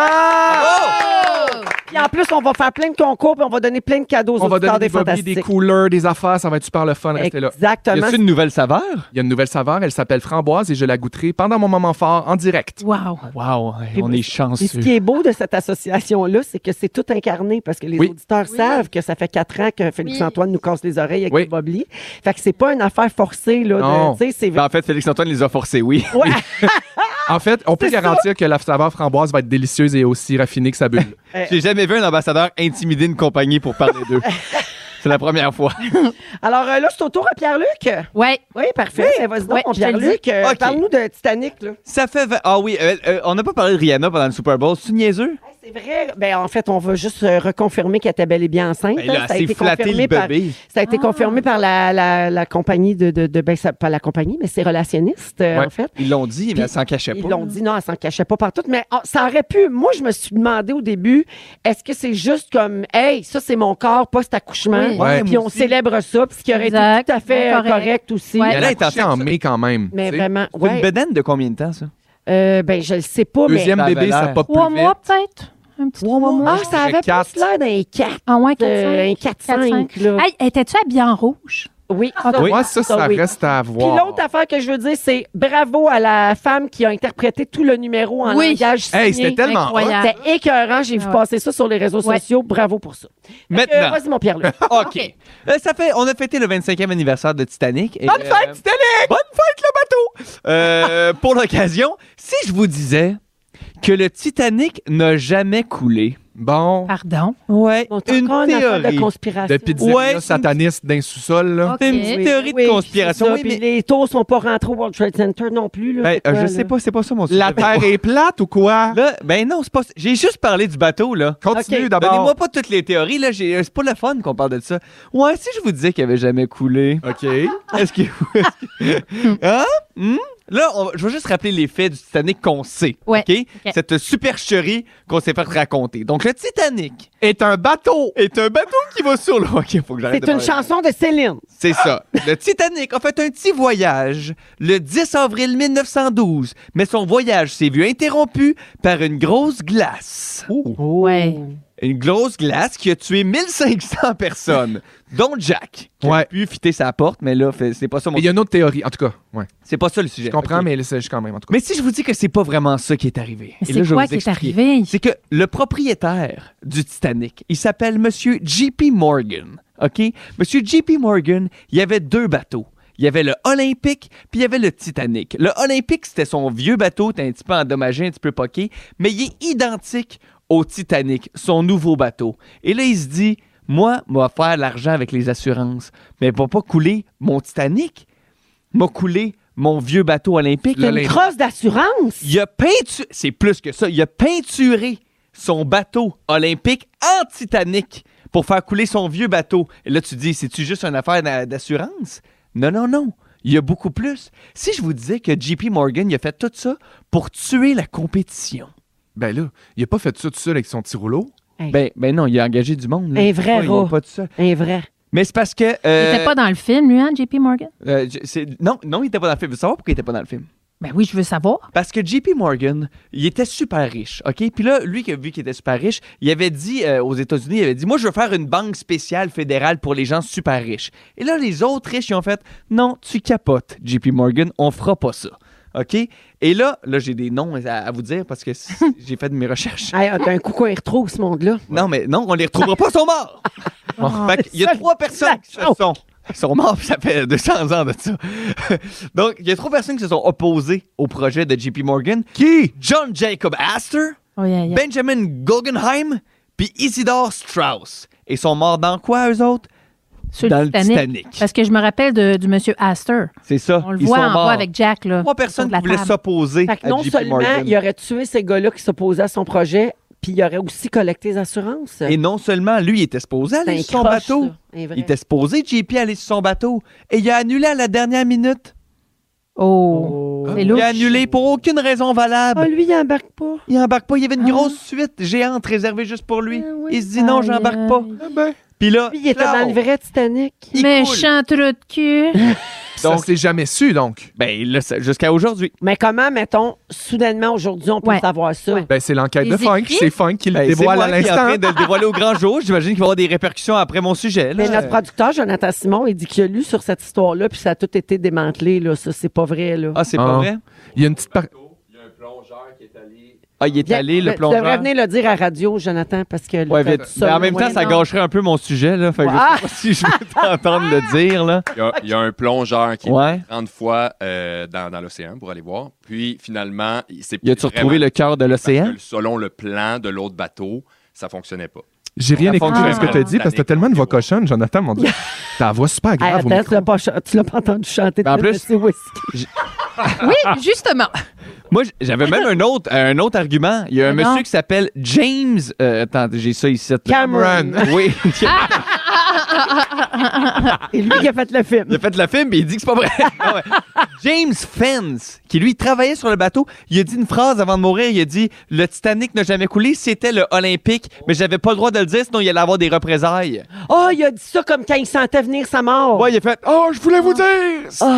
Oh! Puis en plus, on va faire plein de concours puis on va donner plein de cadeaux aux On va auditeurs donner des des Bobli, des Fantastiques. couleurs, des affaires, ça va être super le fun, restez là. Exactement. une nouvelle saveur? Il y a une nouvelle saveur, elle s'appelle Framboise et je la goûterai pendant mon moment fort en direct. Wow. Wow, on est chanceux. Et ce qui est beau de cette association-là, c'est que c'est tout incarné parce que les Oui. auditeurs savent que ça fait quatre ans que Félix-Antoine nous casse les oreilles avec Oui. le Bobli. Fait que c'est pas une affaire forcée, là. Non. de- Tu sais, c'est Ben, en fait, Félix-Antoine les a forcés, oui. En fait, on peut garantir que la saveur framboise va être délicieuse et aussi raffinée que sa bulle. J'ai jamais vu un ambassadeur intimider une compagnie pour parler d'eux. C'est la première fois. Alors euh, là, c'est au tour à Pierre-Luc. Ouais. Oui, parfait. Eh, Vas-y donc, Oui, mon je te le Pierre-Luc. euh, Ok. Parle-nous de Titanic, là. Ça fait. vingt- Ah oui, euh, euh, on n'a pas parlé de Rihanna pendant le Super Bowl. C'est niaiseux? Hey, C'est vrai. Ben, en fait, on va juste euh, reconfirmer qu'elle était bel et bien enceinte. Ben hein. là, ça a elle été s'est flattée confirmé le par, bébé. ça a été Ah. confirmé par la, la, la compagnie de, de, de- ben, ça- pas la compagnie, mais ses relationnistes, euh, Ouais. en fait. Ils l'ont dit, Puis, mais elle s'en cachait Ils pas. l'ont dit, non, elle s'en cachait pas partout, mais oh, ça aurait pu. Moi, je me suis demandé au début, est-ce que c'est juste comme, hey, ça, c'est mon corps post-accouchement, Oui. Ouais, puis moi on aussi. célèbre ça, puis ce qui aurait Exact. été tout à fait Ouais, euh, correct. correct. aussi. Ouais. Elle là, a elle est en accouché en mai quand même. Mais tu sais. vraiment, C'est une ouais. bedaine de combien de temps, ça? Euh, ben, je le sais pas, mais. Deuxième Ça avait bébé, ça l'air. pas plus Trois vite. mois, peut-être? Un petit trois mois. Ah, ça avait quatre. plus l'air d'un 4. Ah ouais, Euh, 4-5. un 4-5, là. Hey, étais-tu habillée en rouge? Oui. Moi, ça, ça Ah, oui. reste à Puis voir. l'autre affaire que je veux dire, c'est bravo à la femme qui a interprété tout le numéro en Oui. langage signé. Hey, c'était tellement Incroyable. C'était écœurant. J'ai vu Ouais. passer ça sur les réseaux Ouais. sociaux. Bravo pour ça. Fait que, Ah, Maintenant. Euh, Vas-y, mon Pierre-Luc. OK. OK. Euh, ça fait, on a fêté le 25e anniversaire de Titanic. et, Bonne euh, fête, Titanic! Bonne fête, le bateau! Euh, pour l'occasion, si je vous disais que le Titanic n'a jamais coulé, Bon, Pardon. ouais, Bon, t'as une encore une affaire théorie. de conspiration. de pizzeria Ouais, c'est- sataniste d'un sous-sol, là. C'est une Ok. petite Oui, théorie oui, de c'est conspiration. ça, Oui, puis mais, Les taux sont pas rentrés au World Trade Center non plus. Là, ben, C'est euh, quoi, je là? sais pas, c'est pas ça mon sujet. La terre est plate ou quoi? Là, ben non, c'est pas ça. J'ai juste parlé du bateau, là. Continue Ok, d'abord. Donnez-moi pas toutes les théories, là. j'ai- euh, C'est pas le fun qu'on parle de ça. Ouais, si je vous disais qu'il avait jamais coulé. OK. Est-ce que. est-ce que- hein? Hmm? Là, on va- je vais juste rappeler les faits du Titanic qu'on sait. Ouais, OK? ok. Cette supercherie qu'on s'est fait raconter. Donc, le Titanic Est un bateau. est un bateau qui va sur l'eau. OK, faut que j'arrête C'est de une parler. chanson de Céline. C'est ça. Le Ah! Titanic a fait un petit voyage le 10 avril 1912, mais son voyage s'est vu interrompu par une grosse glace. Ouais. Une grosse glace qui a tué 1500 personnes, dont Jack, qui a Ouais. pu fitter sa porte, mais là, fait- c'est pas ça mon... Mais il y a une autre théorie, en tout cas. Ouais. C'est pas ça le sujet. Je comprends, OK. mais là, c'est- je quand même, en tout cas. Mais si je vous dis que c'est pas vraiment ça qui est arrivé. Mais et là, c'est je vais quoi vous qui est expliquer. arrivé? C'est que le propriétaire du Titanic, il s'appelle Monsieur J.P. Morgan. OK? Monsieur J.P. Morgan, il y avait deux bateaux. Il y avait le Olympique, puis il y avait le Titanic. Le Olympique, c'était son vieux bateau, était un petit peu endommagé, un petit peu poqué, mais il est identique au Titanic, son nouveau bateau. Et là, il se dit, moi, moi faire de l'argent avec les assurances, mais il va pas couler mon Titanic, m'a coulé mon vieux bateau olympique. Le- Une crosse d'assurance. Il a peintu, c'est plus que ça, il a peinturé son bateau olympique en Titanic pour faire couler son vieux bateau. Et là, tu dis, c'est-tu juste une affaire d'a- d'assurance? Non, non, non. Il y a beaucoup plus. Si je vous disais que JP Morgan, il a fait tout ça pour tuer la compétition. Ben là, il a pas fait ça tout seul avec son petit rouleau. Ben, ben non, il a engagé du monde. là. Un vrai Ouais, il est rat. pas tout seul. Un Eh, vrai. Mais c'est parce que... Eh, Il euh, était pas dans le film, lui, hein, JP Morgan? euh, j- c'est- non, non, il était pas dans le film. Vous savez pourquoi il était pas dans le film? Ben oui, je veux savoir. Parce que JP Morgan, il était super riche, OK? Puis là, lui, qui a vu qu'il était super riche, il avait dit euh, aux États-Unis, il avait dit, moi, je veux faire une banque spéciale fédérale pour les gens super riches. Et là, les autres riches, ils ont fait, non, tu capotes, JP Morgan, on fera pas ça. OK? Et là, là, j'ai des noms à, à vous dire parce que c- Eh, j'ai fait de mes recherches. ah, Hey, D'un coup, qu'on y retrouve ce monde-là. Non, mais non, on les retrouvera pas, ils sont morts! Genre, fait qu'il y a seule trois personnes qui se façon. sont. Ils sont morts, puis ça fait 200 ans de ça. Donc, il y a trois personnes qui se sont opposées au projet de JP Morgan. Qui? John Jacob Astor, Oh, yeah, yeah. Benjamin Guggenheim, puis Isidore Strauss. Et ils sont morts dans quoi, eux autres? Sur dans le Titanic. Parce que je me rappelle de- du monsieur Astor. C'est ça. On le ils voit sont en morts. bas avec Jack. Là, Trois personnes autour qui de la voulaient table. s'opposer Fait que à non JP seulement Morgan. il aurait tué ces gars-là qui s'opposaient à son projet, puis il aurait aussi collecté les assurances. Et non seulement lui, il était supposé C'est aller un sur son croche, bateau. ça. C'est vrai. Il était supposé, JP, aller sur son bateau. Et il a annulé à la dernière minute. Oh, c'est Il louche. a annulé pour aucune raison valable. Ah, lui, Ah. il embarque pas. Il embarque pas. Il y avait une grosse suite géante réservée juste pour lui. Ah oui, il se dit non, aïe, j'embarque aïe. pas. Puis là, Lui, il était dans le Claude, vrai Titanic. il coule. Méchant trou de cul. Donc, c'est jamais su, donc. Ben, il le sait jusqu'à aujourd'hui. Mais comment, mettons, soudainement aujourd'hui, on peut Ouais. savoir ça? Ouais. Ben, c'est l'enquête Les de Funk. écrits? C'est Funk qui le Ben, c'est dévoile moi à qui est en l'instant. train de le dévoiler au grand jour. J'imagine qu'il va y avoir des répercussions après mon sujet. là. euh, Mais notre producteur, Jonathan Simon, il dit qu'il a lu sur cette histoire-là, puis ça a tout été démantelé. Là. Ça, c'est pas vrai. Là. Ah, c'est Ah. pas vrai? Il y a une petite par- Ah, il est Viens- allé, le tu devrais plongeur. venir le dire à radio, Jonathan, parce que... là, Ouais, t'as vite. tout Mais en là, même temps, ouais, ça non. gâcherait un peu mon sujet, là. Fait que Ah! je sais pas si je vais t'entendre le dire, là. Il y, a, il y a un plongeur qui Ouais. est 30 fois euh, dans, dans l'océan pour aller voir. Puis finalement, il s'est Il a-tu retrouvé le cœur de l'océan? Selon le plan de l'autre bateau, ça fonctionnait pas. J'ai rien Ça écouté fonctionne de ce que tu as dit parce que t'as tellement de voix cochonne, Jonathan, mon Dieu. Ta voix super Hey, grave. au attends, micro. tu l'as pas, ch- tu l'as pas entendu chanter. Ben, en de plus- Monsieur Whiskey. Oui, justement. Moi, j- j'avais même un autre, un autre argument. Il y a un Mais non. monsieur qui s'appelle James. euh, attends, j'ai ça ici. là. Cameron. Oui. C'est lui qui a fait le Il film. a fait le film, mais il dit que c'est pas vrai. Non, ouais. James Fence, qui lui travaillait sur le bateau, il a dit une phrase avant de mourir. Il a dit Le Titanic n'a jamais coulé, c'était le Olympique, mais j'avais pas le droit de le dire, sinon il allait avoir des représailles. Oh, il a dit ça comme quand il sentait venir sa mort. Ouais, il a fait Oh, je voulais vous dire c'est le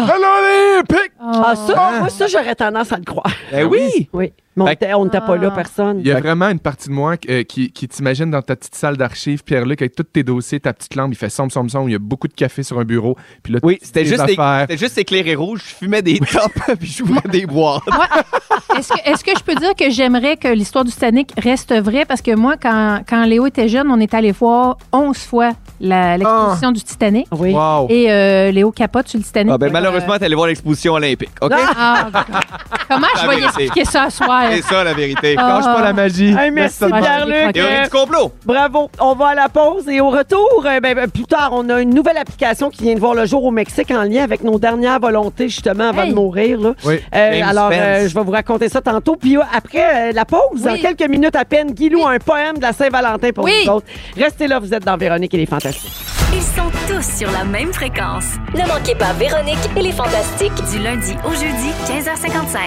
Olympique Ah, ça, moi, ça, j'aurais tendance à le croire. Ben oui Oui. Mais on Fait- était- on n'était pas là, personne. Il y a vraiment une partie de moi euh, qui, qui t'imagine dans ta petite salle d'archives, Pierre-Luc, avec tous tes dossiers, ta petite lampe, il fait sombre, sombre, sombre, il y a beaucoup de café sur un bureau. Puis là, Oui, tu c'était dis juste, des les- affaires. c'était juste éclairé rouge, je fumais des tops, puis je jouais des bois. Est-ce que, est-ce que je peux dire que j'aimerais que l'histoire du Titanic reste vraie? Parce que moi, quand, quand Léo était jeune, on est allé voir 11 fois la- l'exposition du Titanic. Oui. Wow. Et euh, Léo capote sur le Titanic. Ah ben Euh, malheureusement, t'allais voir l'exposition olympique, OK? ah, d'accord. Comment je vais y vérité. expliquer ça à soir? C'est ça la vérité. Ah. Lâche pas la magie. Hey, merci, Merci, Thomas. Pierre-Luc. Théorie Théorie Euh, du complot. Bravo. On va à la pause et au retour, euh, ben, ben, plus tard, on a une nouvelle application qui vient de voir le jour au Mexique en lien avec nos dernières volontés, justement, avant Hey. de mourir. là. Oui. Euh, James alors, Spence. euh, je vais vous raconter ça tantôt. Puis euh, après euh, la pause, dans quelques minutes à peine, Guilou a un poème de la Saint-Valentin pour Oui. nous autres. Restez là, vous êtes dans Véronique et les Fantastiques. Ils sont tous sur la même fréquence. Ne manquez pas Véronique et les Fantastiques. Du lundi au jeudi, 15h55.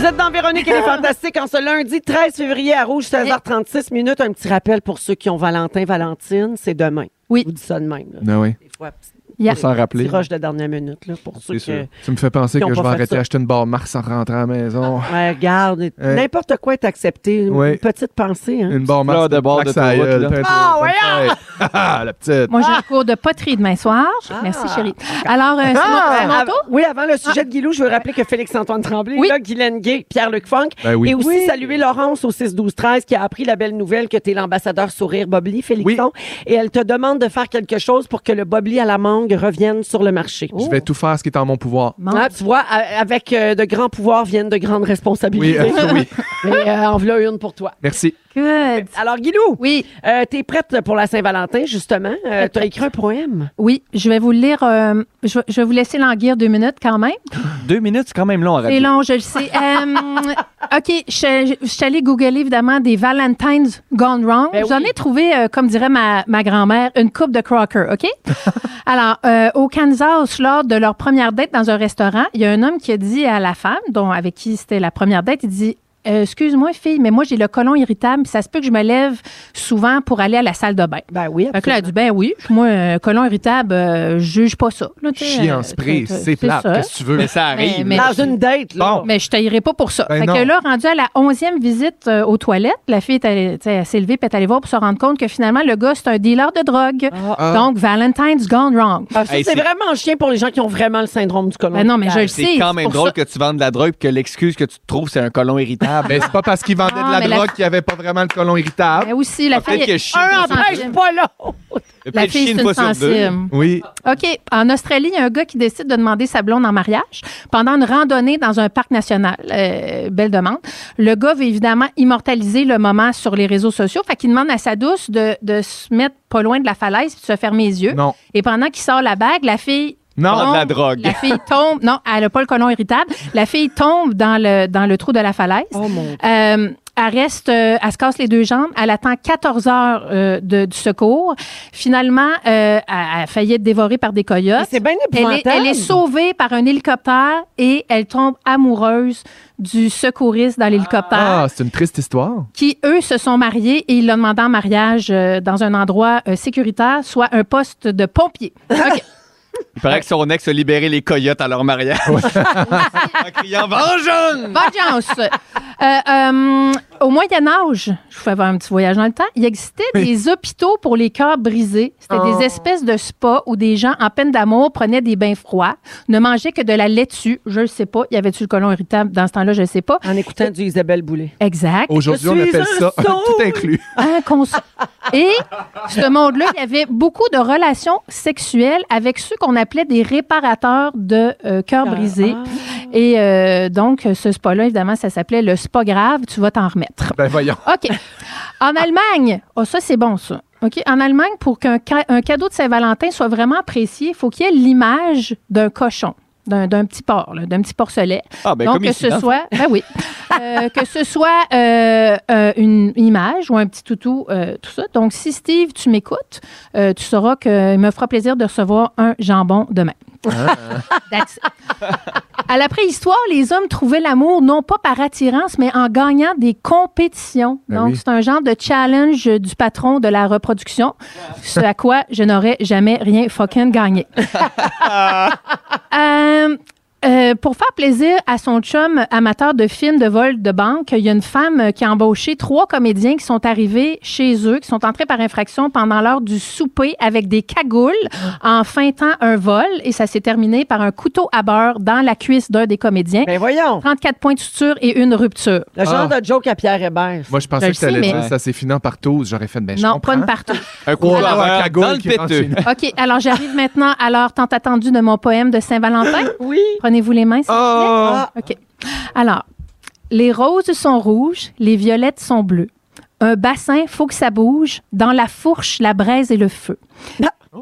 Vous êtes dans Véronique et les Fantastiques en ce lundi 13 février à Rouge, 16h36 minutes. Un petit rappel pour ceux qui ont Valentin, Valentine, c'est demain. Oui. Je vous dis ça de même. là. Ah oui. Des fois, petit- Yeah. s'en rappeler. petit rush de dernière minute là, pour ceux qui... sûr. Tu me fais penser Ils ont que je pas fait vais arrêter ça. Ah. d'acheter une barre Mars en rentrant à la maison. Ouais, regarde, n'importe quoi est accepté. Une Euh, Ouais. petite pensée. Hein. Une barre Mars. Fleur de barre claque de sa toilette, gueule, là. t'as un Ah, truc, voyons! t'as un truc. Ah, la petite. Moi, j'ai un cours de poterie demain soir. Merci, chérie. Alors, euh, c'est mon- c'est mon, Ah, tour? av- oui, avant le sujet de Guilou, je veux rappeler que Félix-Antoine Tremblay, Oui. là, Guylaine Gay, Pierre-Luc Funk, Ben oui. et aussi Oui. saluer Laurence au 6-12-13 qui a appris la belle nouvelle que tu es l'ambassadeur Sourire Bobli, Félixon, et elle te demande de faire quelque chose pour que le Bobli à la mangue revienne sur le marché. Je Oh. vais tout faire ce qui est en mon pouvoir. Mon- Ah, tu vois, a- avec euh, de grands pouvoirs viennent de grandes Oui, responsabilités. euh, oui. Mais euh, en voilà une pour toi. Merci. Good. Alors, Guilou, Oui, euh, t'es prête pour la Saint-Valentin, justement. tu as écrit un poème. oui, je vais vous le lire. euh, je, vais- je vais vous laisser languir deux minutes quand même. Deux minutes, c'est quand même long à C'est radio. long, je le sais. Euh, OK, je, je- je suis allée googler évidemment des Valentine's Gone Wrong. Ben J'en oui. ai trouvé, euh, comme dirait ma, ma grand-mère, une coupe de crocker, OK? Alors, euh, au Kansas, lors de leur première date dans un restaurant, il y a un homme qui a dit à la femme, dont avec qui c'était la première date, il dit Euh, Excuse-moi, fille, mais moi, j'ai le colon irritable, puis ça se peut que je me lève souvent pour aller à la salle de bain. Ben oui, Fait que là, absolument. elle dit, ben oui, moi, euh, colon irritable, euh, je juge pas ça. Là, tu sais, Chier euh, en spray, c'est- c'est plate. ça. Qu'est-ce que tu veux? Mais ça arrive. Ah, Mais- Dans une date, là. Mais je taillerai pas pour ça. Ben fait non. que là, rendu à la onzième visite euh, aux toilettes, la fille est allée, tu sais, elle s'est levée puis elle est allée voir pour se rendre compte que finalement, le gars, c'est un dealer de drogue. Ah. Donc, Valentine's gone wrong. Ah, ça, Hey, c'est c'est- vraiment chien pour les gens qui ont vraiment le syndrome du colon. Ben non, mais je le irritable. sais. C'est quand même pour drôle ça- que tu vendes de la drogue et que l'excuse que tu te trouves, c'est un colon irritable. irritable. Mais Ah, ben, c'est pas parce qu'il vendait Ah, de la mais la drogue fi- qu'il avait pas vraiment le colon irritable. Mais aussi, la fille. Peut-être que je chie. Un Sensible. empêche pas l'autre. Oh La Peut-être fille, chier c'est une une fois sur deux. sensible. Oui. OK. En Australie, il y a un gars qui décide de demander sa blonde en mariage pendant une randonnée dans un parc national. Euh, belle demande. Le gars veut évidemment immortaliser le moment sur les réseaux sociaux. Fait qu'il demande à sa douce de, de se mettre pas loin de la falaise et de se fermer les yeux. Non. Et pendant qu'il sort la bague, la fille Non. de la tombe- drogue. La fille tombe. Non, elle n'a pas le colon irritable. La fille tombe dans le, dans le trou de la falaise. Oh mon Euh, elle reste, euh, elle se casse les deux jambes. Elle attend 14 heures euh, de, du secours. Finalement, euh, elle, elle a failli être dévorée par des coyotes. C'est bien Elle est, épouvantable. elle est sauvée par un hélicoptère et elle tombe amoureuse du secouriste dans l'hélicoptère Ah, c'est une triste histoire. qui, eux, se sont mariés et il l'a demandé en mariage euh, dans un endroit euh, sécuritaire, soit un poste de pompier. OK. Il paraît que son ex a libéré les coyotes à leur mariage. en criant Vengeance! Bonne chance. Euh, euh, au Moyen Âge, je vous fais un petit voyage dans le temps, il existait des hôpitaux pour les cœurs brisés. C'était des espèces de spas où des gens en peine d'amour prenaient des bains froids, ne mangeaient que de la laitue. Je ne sais pas. Y avait-tu le colon irritable dans ce temps-là? Je ne sais pas. En écoutant du Isabelle Boulay. Exact. Aujourd'hui, Je on suis appelle un ça saut. tout inclus. Un cons- Et ce monde-là, il y avait beaucoup de relations sexuelles avec ceux qu'on appelait des réparateurs de euh, cœurs brisés. Ah. Et euh, donc, ce spa-là, évidemment, ça s'appelait le spa grave. Tu vas t'en remettre. Ben voyons. OK. En Allemagne, oh, ça, c'est bon, ça. OK. En Allemagne, pour qu'un ca- un cadeau de Saint-Valentin soit vraiment apprécié, il faut qu'il y ait l'image d'un cochon, d'un d'un petit porc, là, d'un petit porcelet. Ah, ben, Donc, comme que ici, ce dans le soit, ben oui, Euh, que ce soit euh, euh, une image ou un petit toutou, euh, tout ça. Donc, si Steve, tu m'écoutes, euh, tu sauras qu'il me fera plaisir de recevoir un jambon demain. That's it. À la préhistoire, les hommes trouvaient l'amour non pas par attirance, mais en gagnant des compétitions. Ben Donc, oui. c'est un genre de challenge du patron de la reproduction, ce à quoi je n'aurais jamais rien fucking gagné. Euh, euh, pour faire plaisir à son chum amateur de films de vol de banque, il y a une femme qui a embauché trois comédiens qui sont arrivés chez eux, qui sont entrés par infraction pendant l'heure du souper avec des cagoules en feintant un vol et ça s'est terminé par un couteau à beurre dans la cuisse d'un des comédiens. Ben voyons, 34 points de suture et une rupture. le genre Ah. de joke à Pierre Hébert. Moi, je pensais que Je le sais, t'allais mais- dire ça s'est fini en partout. J'aurais fait de ben, je non, pas comprends. une partout. Un coup Ou de alors un barre cagoule dans le qui rentre péteux. chez nous. OK, alors j'arrive maintenant à l'heure tant attendue de mon poème de Saint-Valentin. Oui. Prenez-vous les mains. s'il vous plaît. Oh! Ah, OK. Alors, les roses sont rouges, les violettes sont bleues. Un bassin, faut que ça bouge. Dans la fourche, la braise et le feu.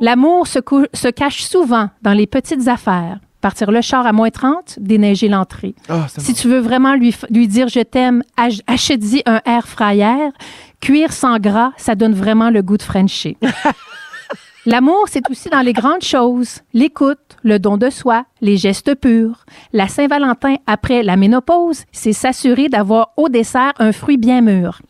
L'amour se, cou- se cache souvent dans les petites affaires. Partir le char à moins 30, déneiger l'entrée. Ah, ça Si tu veux vraiment lui, f- lui dire je t'aime, ach- achète-y un air fryer. Cuire sans gras, ça donne vraiment le goût de Frencher. L'amour, c'est aussi dans les grandes choses. L'écoute, le don de soi, les gestes purs. La Saint-Valentin après la ménopause, c'est s'assurer d'avoir au dessert un fruit bien mûr.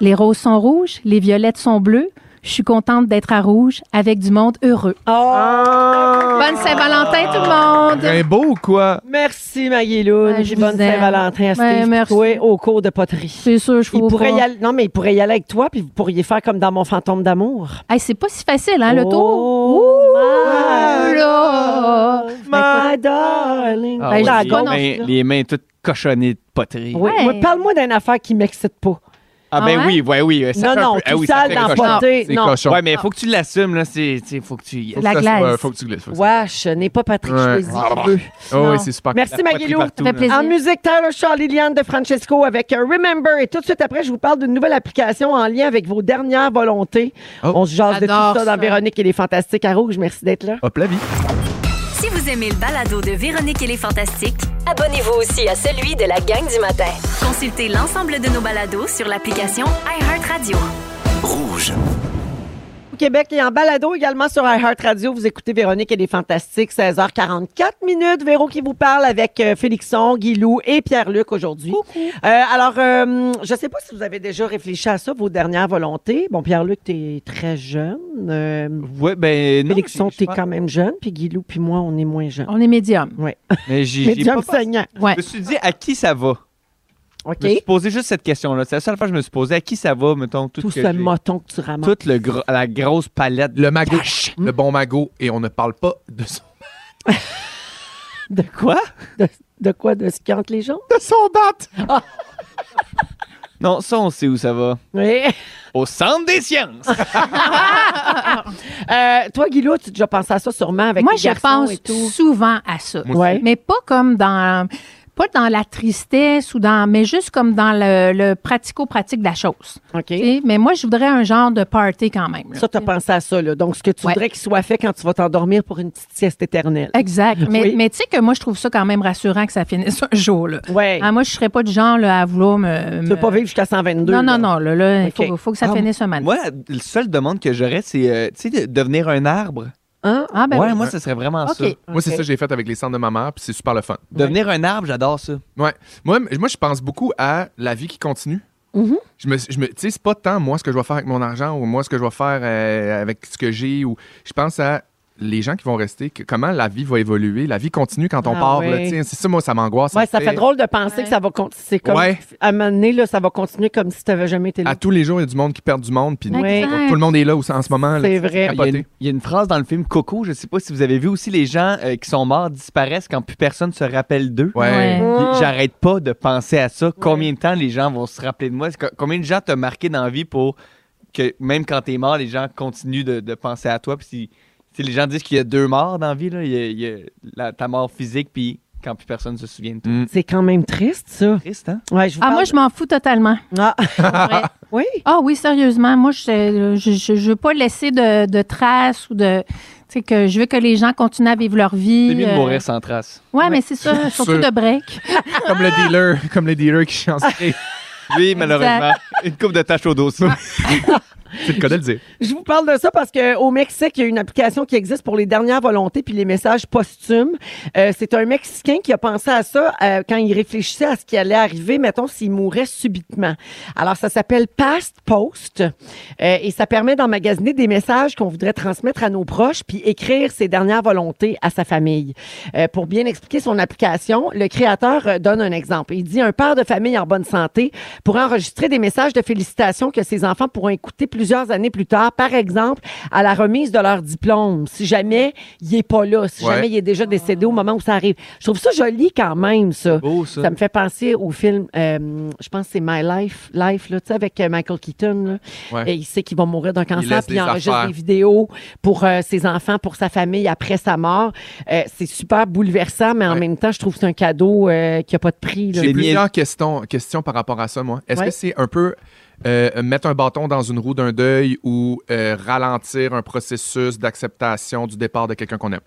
les roses sont rouges, les violettes sont bleues. Je suis contente d'être à rouge avec du monde heureux. Ah. Ah. Bonne Saint-Valentin tout le monde! Un beau ou quoi? Merci, Marie-Lou. Ouais, je Bonne vous aime. Saint-Valentin à Ouais, Steve merci. Coué au cours de poterie. C'est sûr, je Il faut pourrait pas- y aller, non, mais il pourrait y aller avec toi, puis vous pourriez faire comme dans Mon fantôme d'amour. Hey, c'est pas si facile, hein, le Oh, tour. my Ouh là! My darling. Ah Oh, Ben, oui, je La dis pas gauche, non. les, mains, là. les mains toutes cochonnées de poterie. Oui, Ouais. moi, Parle-moi d'une affaire qui m'excite pas. Ah, ben Ah oui, ouais? ouais, oui. Non, ça fait un non, peu- ah tout oui, ça sale fait dans cochon. poterie. C'est Non. cochon. Ouais, mais faut que tu l'assumes, là. C'est, tu sais, faut que tu y- Faut que La ça soit- glace. faut que tu glisses. faut que ça- Wesh, n'est pas Patrick Ouais. Choisy qui veut. Ah oui, Non. c'est super. Merci, La poterie Marie-Lou. partout, Ça fait là. plaisir. En musique, Taylor Shaw, Liliane de Francesco avec euh, Remember. Et tout de suite après, je vous parle d'une nouvelle application en lien avec vos dernières volontés. Oh. On se jase de tout J'adore ça dans ça. Véronique et les Fantastiques à Rouge. Merci d'être là. Hop la vie. Si vous aimez le balado de Véronique et les Fantastiques, Abonnez-vous aussi à celui de la gang du matin. consultez l'ensemble de nos balados sur l'application iHeartRadio. Rouge. Au Québec et en balado également sur iHeartRadio. Vous écoutez Véronique et les Fantastiques, 16h44 minutes. Véro qui vous parle avec euh, Félixon, Guilou et Pierre-Luc aujourd'hui. Euh, alors, euh, je sais pas si vous avez déjà réfléchi à ça, vos dernières volontés. Bon, Pierre-Luc, t'es très jeune. Euh, Ouais, ben non. Félixon, j'ai- t'es je pense- quand même jeune. Puis Guilou, puis moi, on est moins jeunes. On est médium. Mais j'ai, j'ai Médium pas pensé- saignant. Ouais. Je me suis dit à qui ça va. OK? Je me suis posé juste cette question-là. C'est la seule fois que je me suis posé à qui ça va, mettons, tout, Tout ce que ce j'ai- moton que tu ramasses. toute le gros- la grosse palette. Le magot. Le bon magot. Et on ne parle pas de ça. De quoi? De quoi? De ce qui entre les gens? De son batte! Non, ça, on sait où ça va. Oui. Au centre des sciences! Euh, toi, Guilou, tu as déjà pensé à ça sûrement avec Moi, les je garçons et tout. pense souvent à ça. Ouais. Mais pas comme dans pas dans la tristesse ou dans mais juste comme dans le, le pratico-pratique de la chose. OK. Tu sais, Mais moi je voudrais un genre de party quand même. là. Ça, t'as pensé à ça, là. Donc, ce que tu Ouais. voudrais qu'il soit fait quand tu vas t'endormir pour une petite sieste éternelle. Exact. Mais, Oui. mais tu sais que moi je trouve ça quand même rassurant que ça finisse un jour là. Ouais. Ah, moi je serais pas du genre là, à vouloir me, tu veux me- pas vivre jusqu'à 122. Non non là. non là, là, il OK. faut, faut que ça Ah, finisse un matin. Moi, la seule demande que j'aurais, c'est euh, tu sais, de devenir un arbre. Hein? Ah ben ouais, oui. moi, ce serait vraiment ça. OK. Moi, c'est Ok. ça que j'ai fait avec les centres de ma mère, puis c'est super le fun. Devenir un arbre, j'adore ça. Ouais. Moi, m- moi je pense beaucoup à la vie qui continue. Mhm. Je me, je me, tu sais, c'est pas tant moi ce que je vais faire avec mon argent ou moi ce que je vais faire euh, avec ce que j'ai ou je pense à les gens qui vont rester, que- comment la vie va évoluer, la vie continue quand on Ah part. là, ouais. tu sais, c'est ça, moi, ça m'angoisse. Ouais, me ça fait drôle de penser que ça va continuer. C'est comme, Ouais. à un moment donné, là, ça va continuer comme si tu n'avais jamais été À là. tous les jours, il y a du monde qui perd du monde, puis Ouais. Exact. tout le monde est là où- en ce moment. là, C'est tu sais, vrai. Il y, a capoté. une, il y a une phrase dans le film Coco, je sais pas si vous avez vu aussi, les gens euh, qui sont morts disparaissent quand plus personne se rappelle d'eux. Ouais. Ouais. Oh. Puis J'arrête pas de penser à ça. Combien de temps les gens vont se rappeler de moi? C'est co- Combien de gens t'ont marqué dans la vie pour que même quand t'es mort, les gens continuent de, de penser à toi? Puis si, si les gens disent qu'il y a deux morts dans la vie, là, il y a, il y a la- ta mort physique, puis quand plus personne se souvient de toi. C'est quand même triste, ça. Triste, hein? Ouais, je vous Ah parle- moi je m'en fous totalement. Ah, pour vrai. oui. Ah oui, sérieusement, moi, je je, je- je veux pas laisser de, de traces ou de... Tu sais, que je veux que les gens continuent à vivre leur vie. C'est mieux de euh, mourir sans trace. Ouais, mais c'est ça, C'est sûr. surtout de break. Comme le dealer, comme le dealer qui chante. C'est Oui, malheureusement. Une coupe de tache au dos, ça. le cas de le dire. Je vous parle de ça parce qu'au Mexique, il y a une application qui existe pour les dernières volontés puis les messages posthumes. Euh, c'est un Mexicain qui a pensé à ça euh, quand il réfléchissait à ce qui allait arriver, mettons, s'il mourait subitement. Alors, ça s'appelle Past Post euh, et ça permet d'emmagasiner des messages qu'on voudrait transmettre à nos proches puis écrire ses dernières volontés à sa famille. Euh, pour bien expliquer son application, le créateur euh, donne un exemple. Il dit un père de famille en bonne santé pour enregistrer des messages de félicitations que ses enfants pourront écouter plusieurs années plus tard, par exemple à la remise de leur diplôme, si jamais il est pas là, si Ouais. jamais il est déjà décédé au moment où ça arrive. Je trouve ça joli quand même ça. Beau, Oh, ça. Ça me fait penser au film, euh, je pense que c'est My Life, Life là, tu sais, avec euh, Michael Keaton. là. Ouais. Et il sait qu'il va mourir d'un cancer, laisse puis des il enregistre affaires. des vidéos pour euh, ses enfants, pour sa famille après sa mort. Euh, c'est super bouleversant, mais en Ouais. même temps, je trouve que c'est un cadeau euh, qui a pas de prix. là. J'ai Les plusieurs questions, questions par rapport à ça, moi. Est-ce Ouais. que c'est un peu euh, mettre un bâton dans une roue d'un deuil ou euh, ralentir un processus d'acceptation du départ de quelqu'un qu'on aime?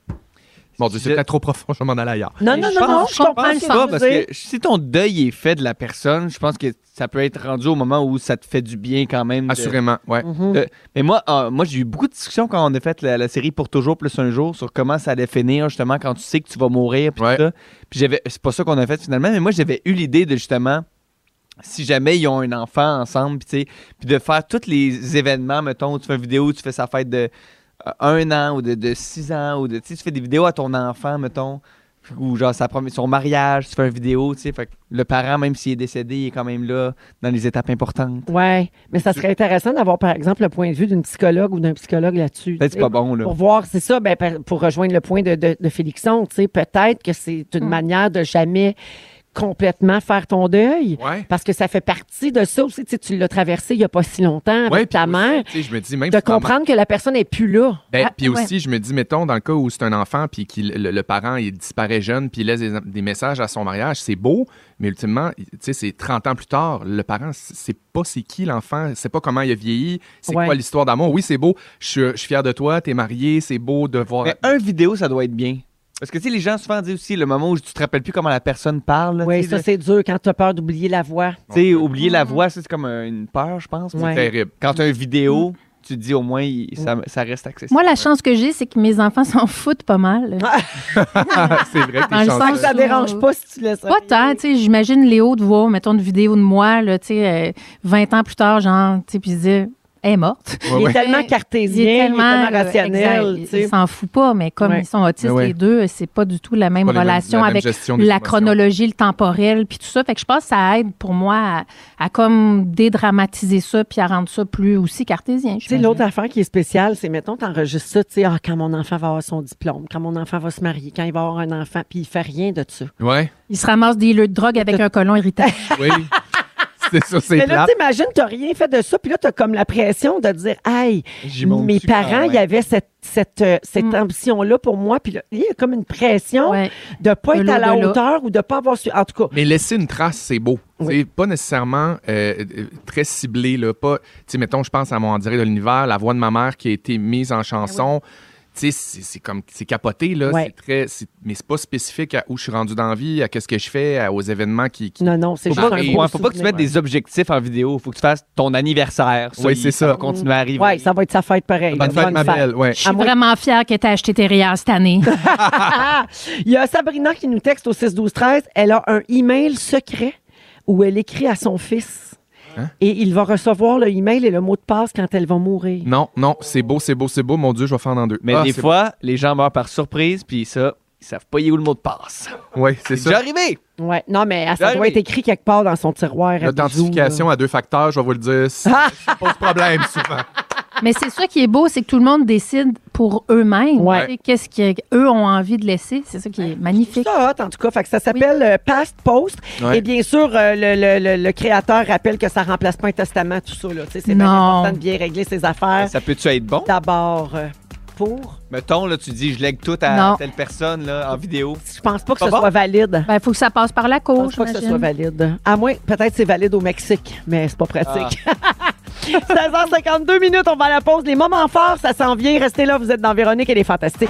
Mon Dieu, c'est Je- peut-être trop profond, je vais m'en aller ailleurs. Non, Ah, non, Je non, non, pense- je je comprends comprends le ça, sens. pas, parce que si ton deuil est fait de la personne, je pense que ça peut être rendu au moment où ça te fait du bien quand Ah, même. de- Assurément, ouais. Mhm. de- mais moi, euh, moi j'ai eu beaucoup de discussions quand on a fait la, la série Pour toujours plus un jour sur comment ça allait finir, justement, quand tu sais que tu vas mourir. Puis Ouais. tout ça. Puis j'avais, c'est pas ça qu'on a fait finalement, mais moi, j'avais eu l'idée de justement, si jamais ils ont un enfant ensemble, puis tu sais, puis de faire tous les événements, mettons, où tu fais une vidéo, où tu fais sa fête de euh, un an ou de, de six ans, ou de, tu sais, tu fais des vidéos à ton enfant, mettons, ou genre sa prom- son mariage, tu fais une vidéo, tu sais, fait que le parent, même s'il est décédé, il est quand même là dans les étapes importantes. Ouais, mais ça serait intéressant d'avoir, par exemple, le point de vue d'une psychologue ou d'un psychologue là-dessus. Peut-être Ben, c'est pas bon, là. Pour voir, c'est ça, ben, par- pour rejoindre le point de, de, de Félixon, tu sais, peut-être que c'est une manière de jamais complètement faire ton deuil. Ouais. Parce que ça fait partie de ça aussi. Tu sais, tu l'as traversé il n'y a pas si longtemps avec Ouais, puis ta aussi, mère. tu sais, Je me dis, même De si ta mère- comprendre que la personne n'est plus là. Ben, Ah, puis ouais. aussi, je me dis, mettons, dans le cas où c'est un enfant, puis que le, le parent, il disparaît jeune, puis il laisse des, des messages à son mariage, c'est beau, mais ultimement, il- tu sais, c'est 30 ans plus tard, le parent, c'est c'est pas c'est qui l'enfant, c'est pas comment il a vieilli, c'est Ouais. quoi l'histoire d'amour. Oui, c'est beau, je suis- je suis fier de toi, t'es marié, c'est beau de voir. Mais un vidéo, ça doit être bien. Parce que, tu sais, les gens souvent disent aussi le moment où tu te rappelles plus comment la personne parle. là, Oui, tu sais, ça, c'est dur quand tu as peur d'oublier la voix. tu sais, oublier la voix, ça, c'est comme euh, une peur, je pense. Ouais. Terrible. Quand tu as une vidéo, tu te dis au moins, il- ça, ça reste accessible. Moi, la chance que j'ai, c'est que mes enfants s'en foutent pas mal. c'est vrai que Dans le t'es chanceux. sens- Ça ne Souvent, dérange oui. pas si tu laisses Pas tant, tu sais, j'imagine Léo de voir, mettons, une vidéo de moi, là, tu sais, euh, 20 ans plus tard, genre, tu sais, puis se dire, « est morte. Ouais, Il ouais. est tellement cartésien, il est tellement, euh, là, rationnel. euh, exact, tu il- sais. il s'en fout pas, mais comme Ouais. ils sont autistes Mais ouais. les deux, c'est pas du tout la même Pas les mêmes- relation la même avec gestion des la émotions. chronologie, le temporel, puis tout ça. Fait que je pense que ça aide pour moi à, à comme dédramatiser ça, puis à rendre ça plus aussi cartésien. Tu sais, l'autre affaire qui est spéciale, c'est, mettons, t'enregistres ça, tu sais, ah, quand mon enfant va avoir son diplôme, quand mon enfant va se marier, quand il va avoir un enfant, puis il fait rien de ça. Ouais. Il se ramasse des lieux de drogue avec un colon irritant. Oui. c'est ça, c'est Mais là, plate. t'imagines, t'as rien fait de ça, puis là, t'as comme la pression de dire, aïe, J'y monte mes dessus, ah parents, il ouais. y avait cette, cette, euh, cette Mm. ambition-là pour moi, puis là, il y a comme une pression Ouais. de pas De être là, à la de là. hauteur ou de pas avoir su. En tout cas, Mais laisser une trace, c'est beau. Oui. C'est pas nécessairement euh, euh, très ciblé. Là, pas, tu sais, mettons, je pense à mon En direct de l'univers, la voix de ma mère qui a été mise en chanson. Tu sais, c'est c'est comme c'est capoté là, Ah Ouais. c'est très, c'est- mais c'est pas spécifique à où je suis rendu dans la vie, à qu'est-ce que je fais, à- aux événements qui. qui- non, non, c'est Faut juste pas, un ouais, gros faut pas que tu souvenir. mettes des objectifs en vidéo. Faut que tu fasses ton anniversaire. Oui, il- c'est ça. va continuer à arriver. Ouais, ça va être sa fête pareil. Bonne là, fête, ma belle. Ouais. Je suis À moins- vraiment fière que t'aies acheté tes rires cette année. Ah! Il y a Sabrina qui nous texte au 6 12 13. Elle a un email secret où elle écrit à son fils. Hein? Et il va recevoir le email et le mot de passe quand elle va mourir. Non, non, c'est beau, c'est beau, c'est beau. Mon Dieu, je vais faire en deux. Mais Ah, des c'est- fois, les gens meurent par surprise, puis ça, ils savent pas il est où le mot de passe. ouais, c'est C'est déjà ça. arrivé. Ouais. Non, mais elle, ça Allez. doit être écrit quelque part dans son tiroir. à bijoux, L'authentification à deux facteurs, je vais vous le dire, c'est pose problème souvent. Mais c'est ça qui est beau, c'est que tout le monde décide pour eux-mêmes. Ouais. Tu sais, Qu'est-ce qu'eux ont envie de laisser? C'est ça qui est là. magnifique. Ça hot, en tout cas. Fait que ça s'appelle euh, Past Post. Ouais. Et bien sûr, euh, le, le- le- le créateur rappelle que ça remplace pas un testament, tout ça. là. Tu sais, C'est bien Non. important de bien régler ses affaires. Ça peut-tu être bon? D'abord, euh, pour. Mettons, là, tu dis, je lègue tout à Non. telle personne là, en vidéo. Je pense pas que Pas ce bon? soit valide. Il Ben, faut que ça passe par la Je cour, pense pas que ce j'imagine. soit valide. À moins, peut-être c'est valide au Mexique, mais c'est pas pratique. Ah. 16h52 minutes, on va à la pause. Les moments forts, ça s'en vient. Restez là, vous êtes dans Véronique, elle est fantastique.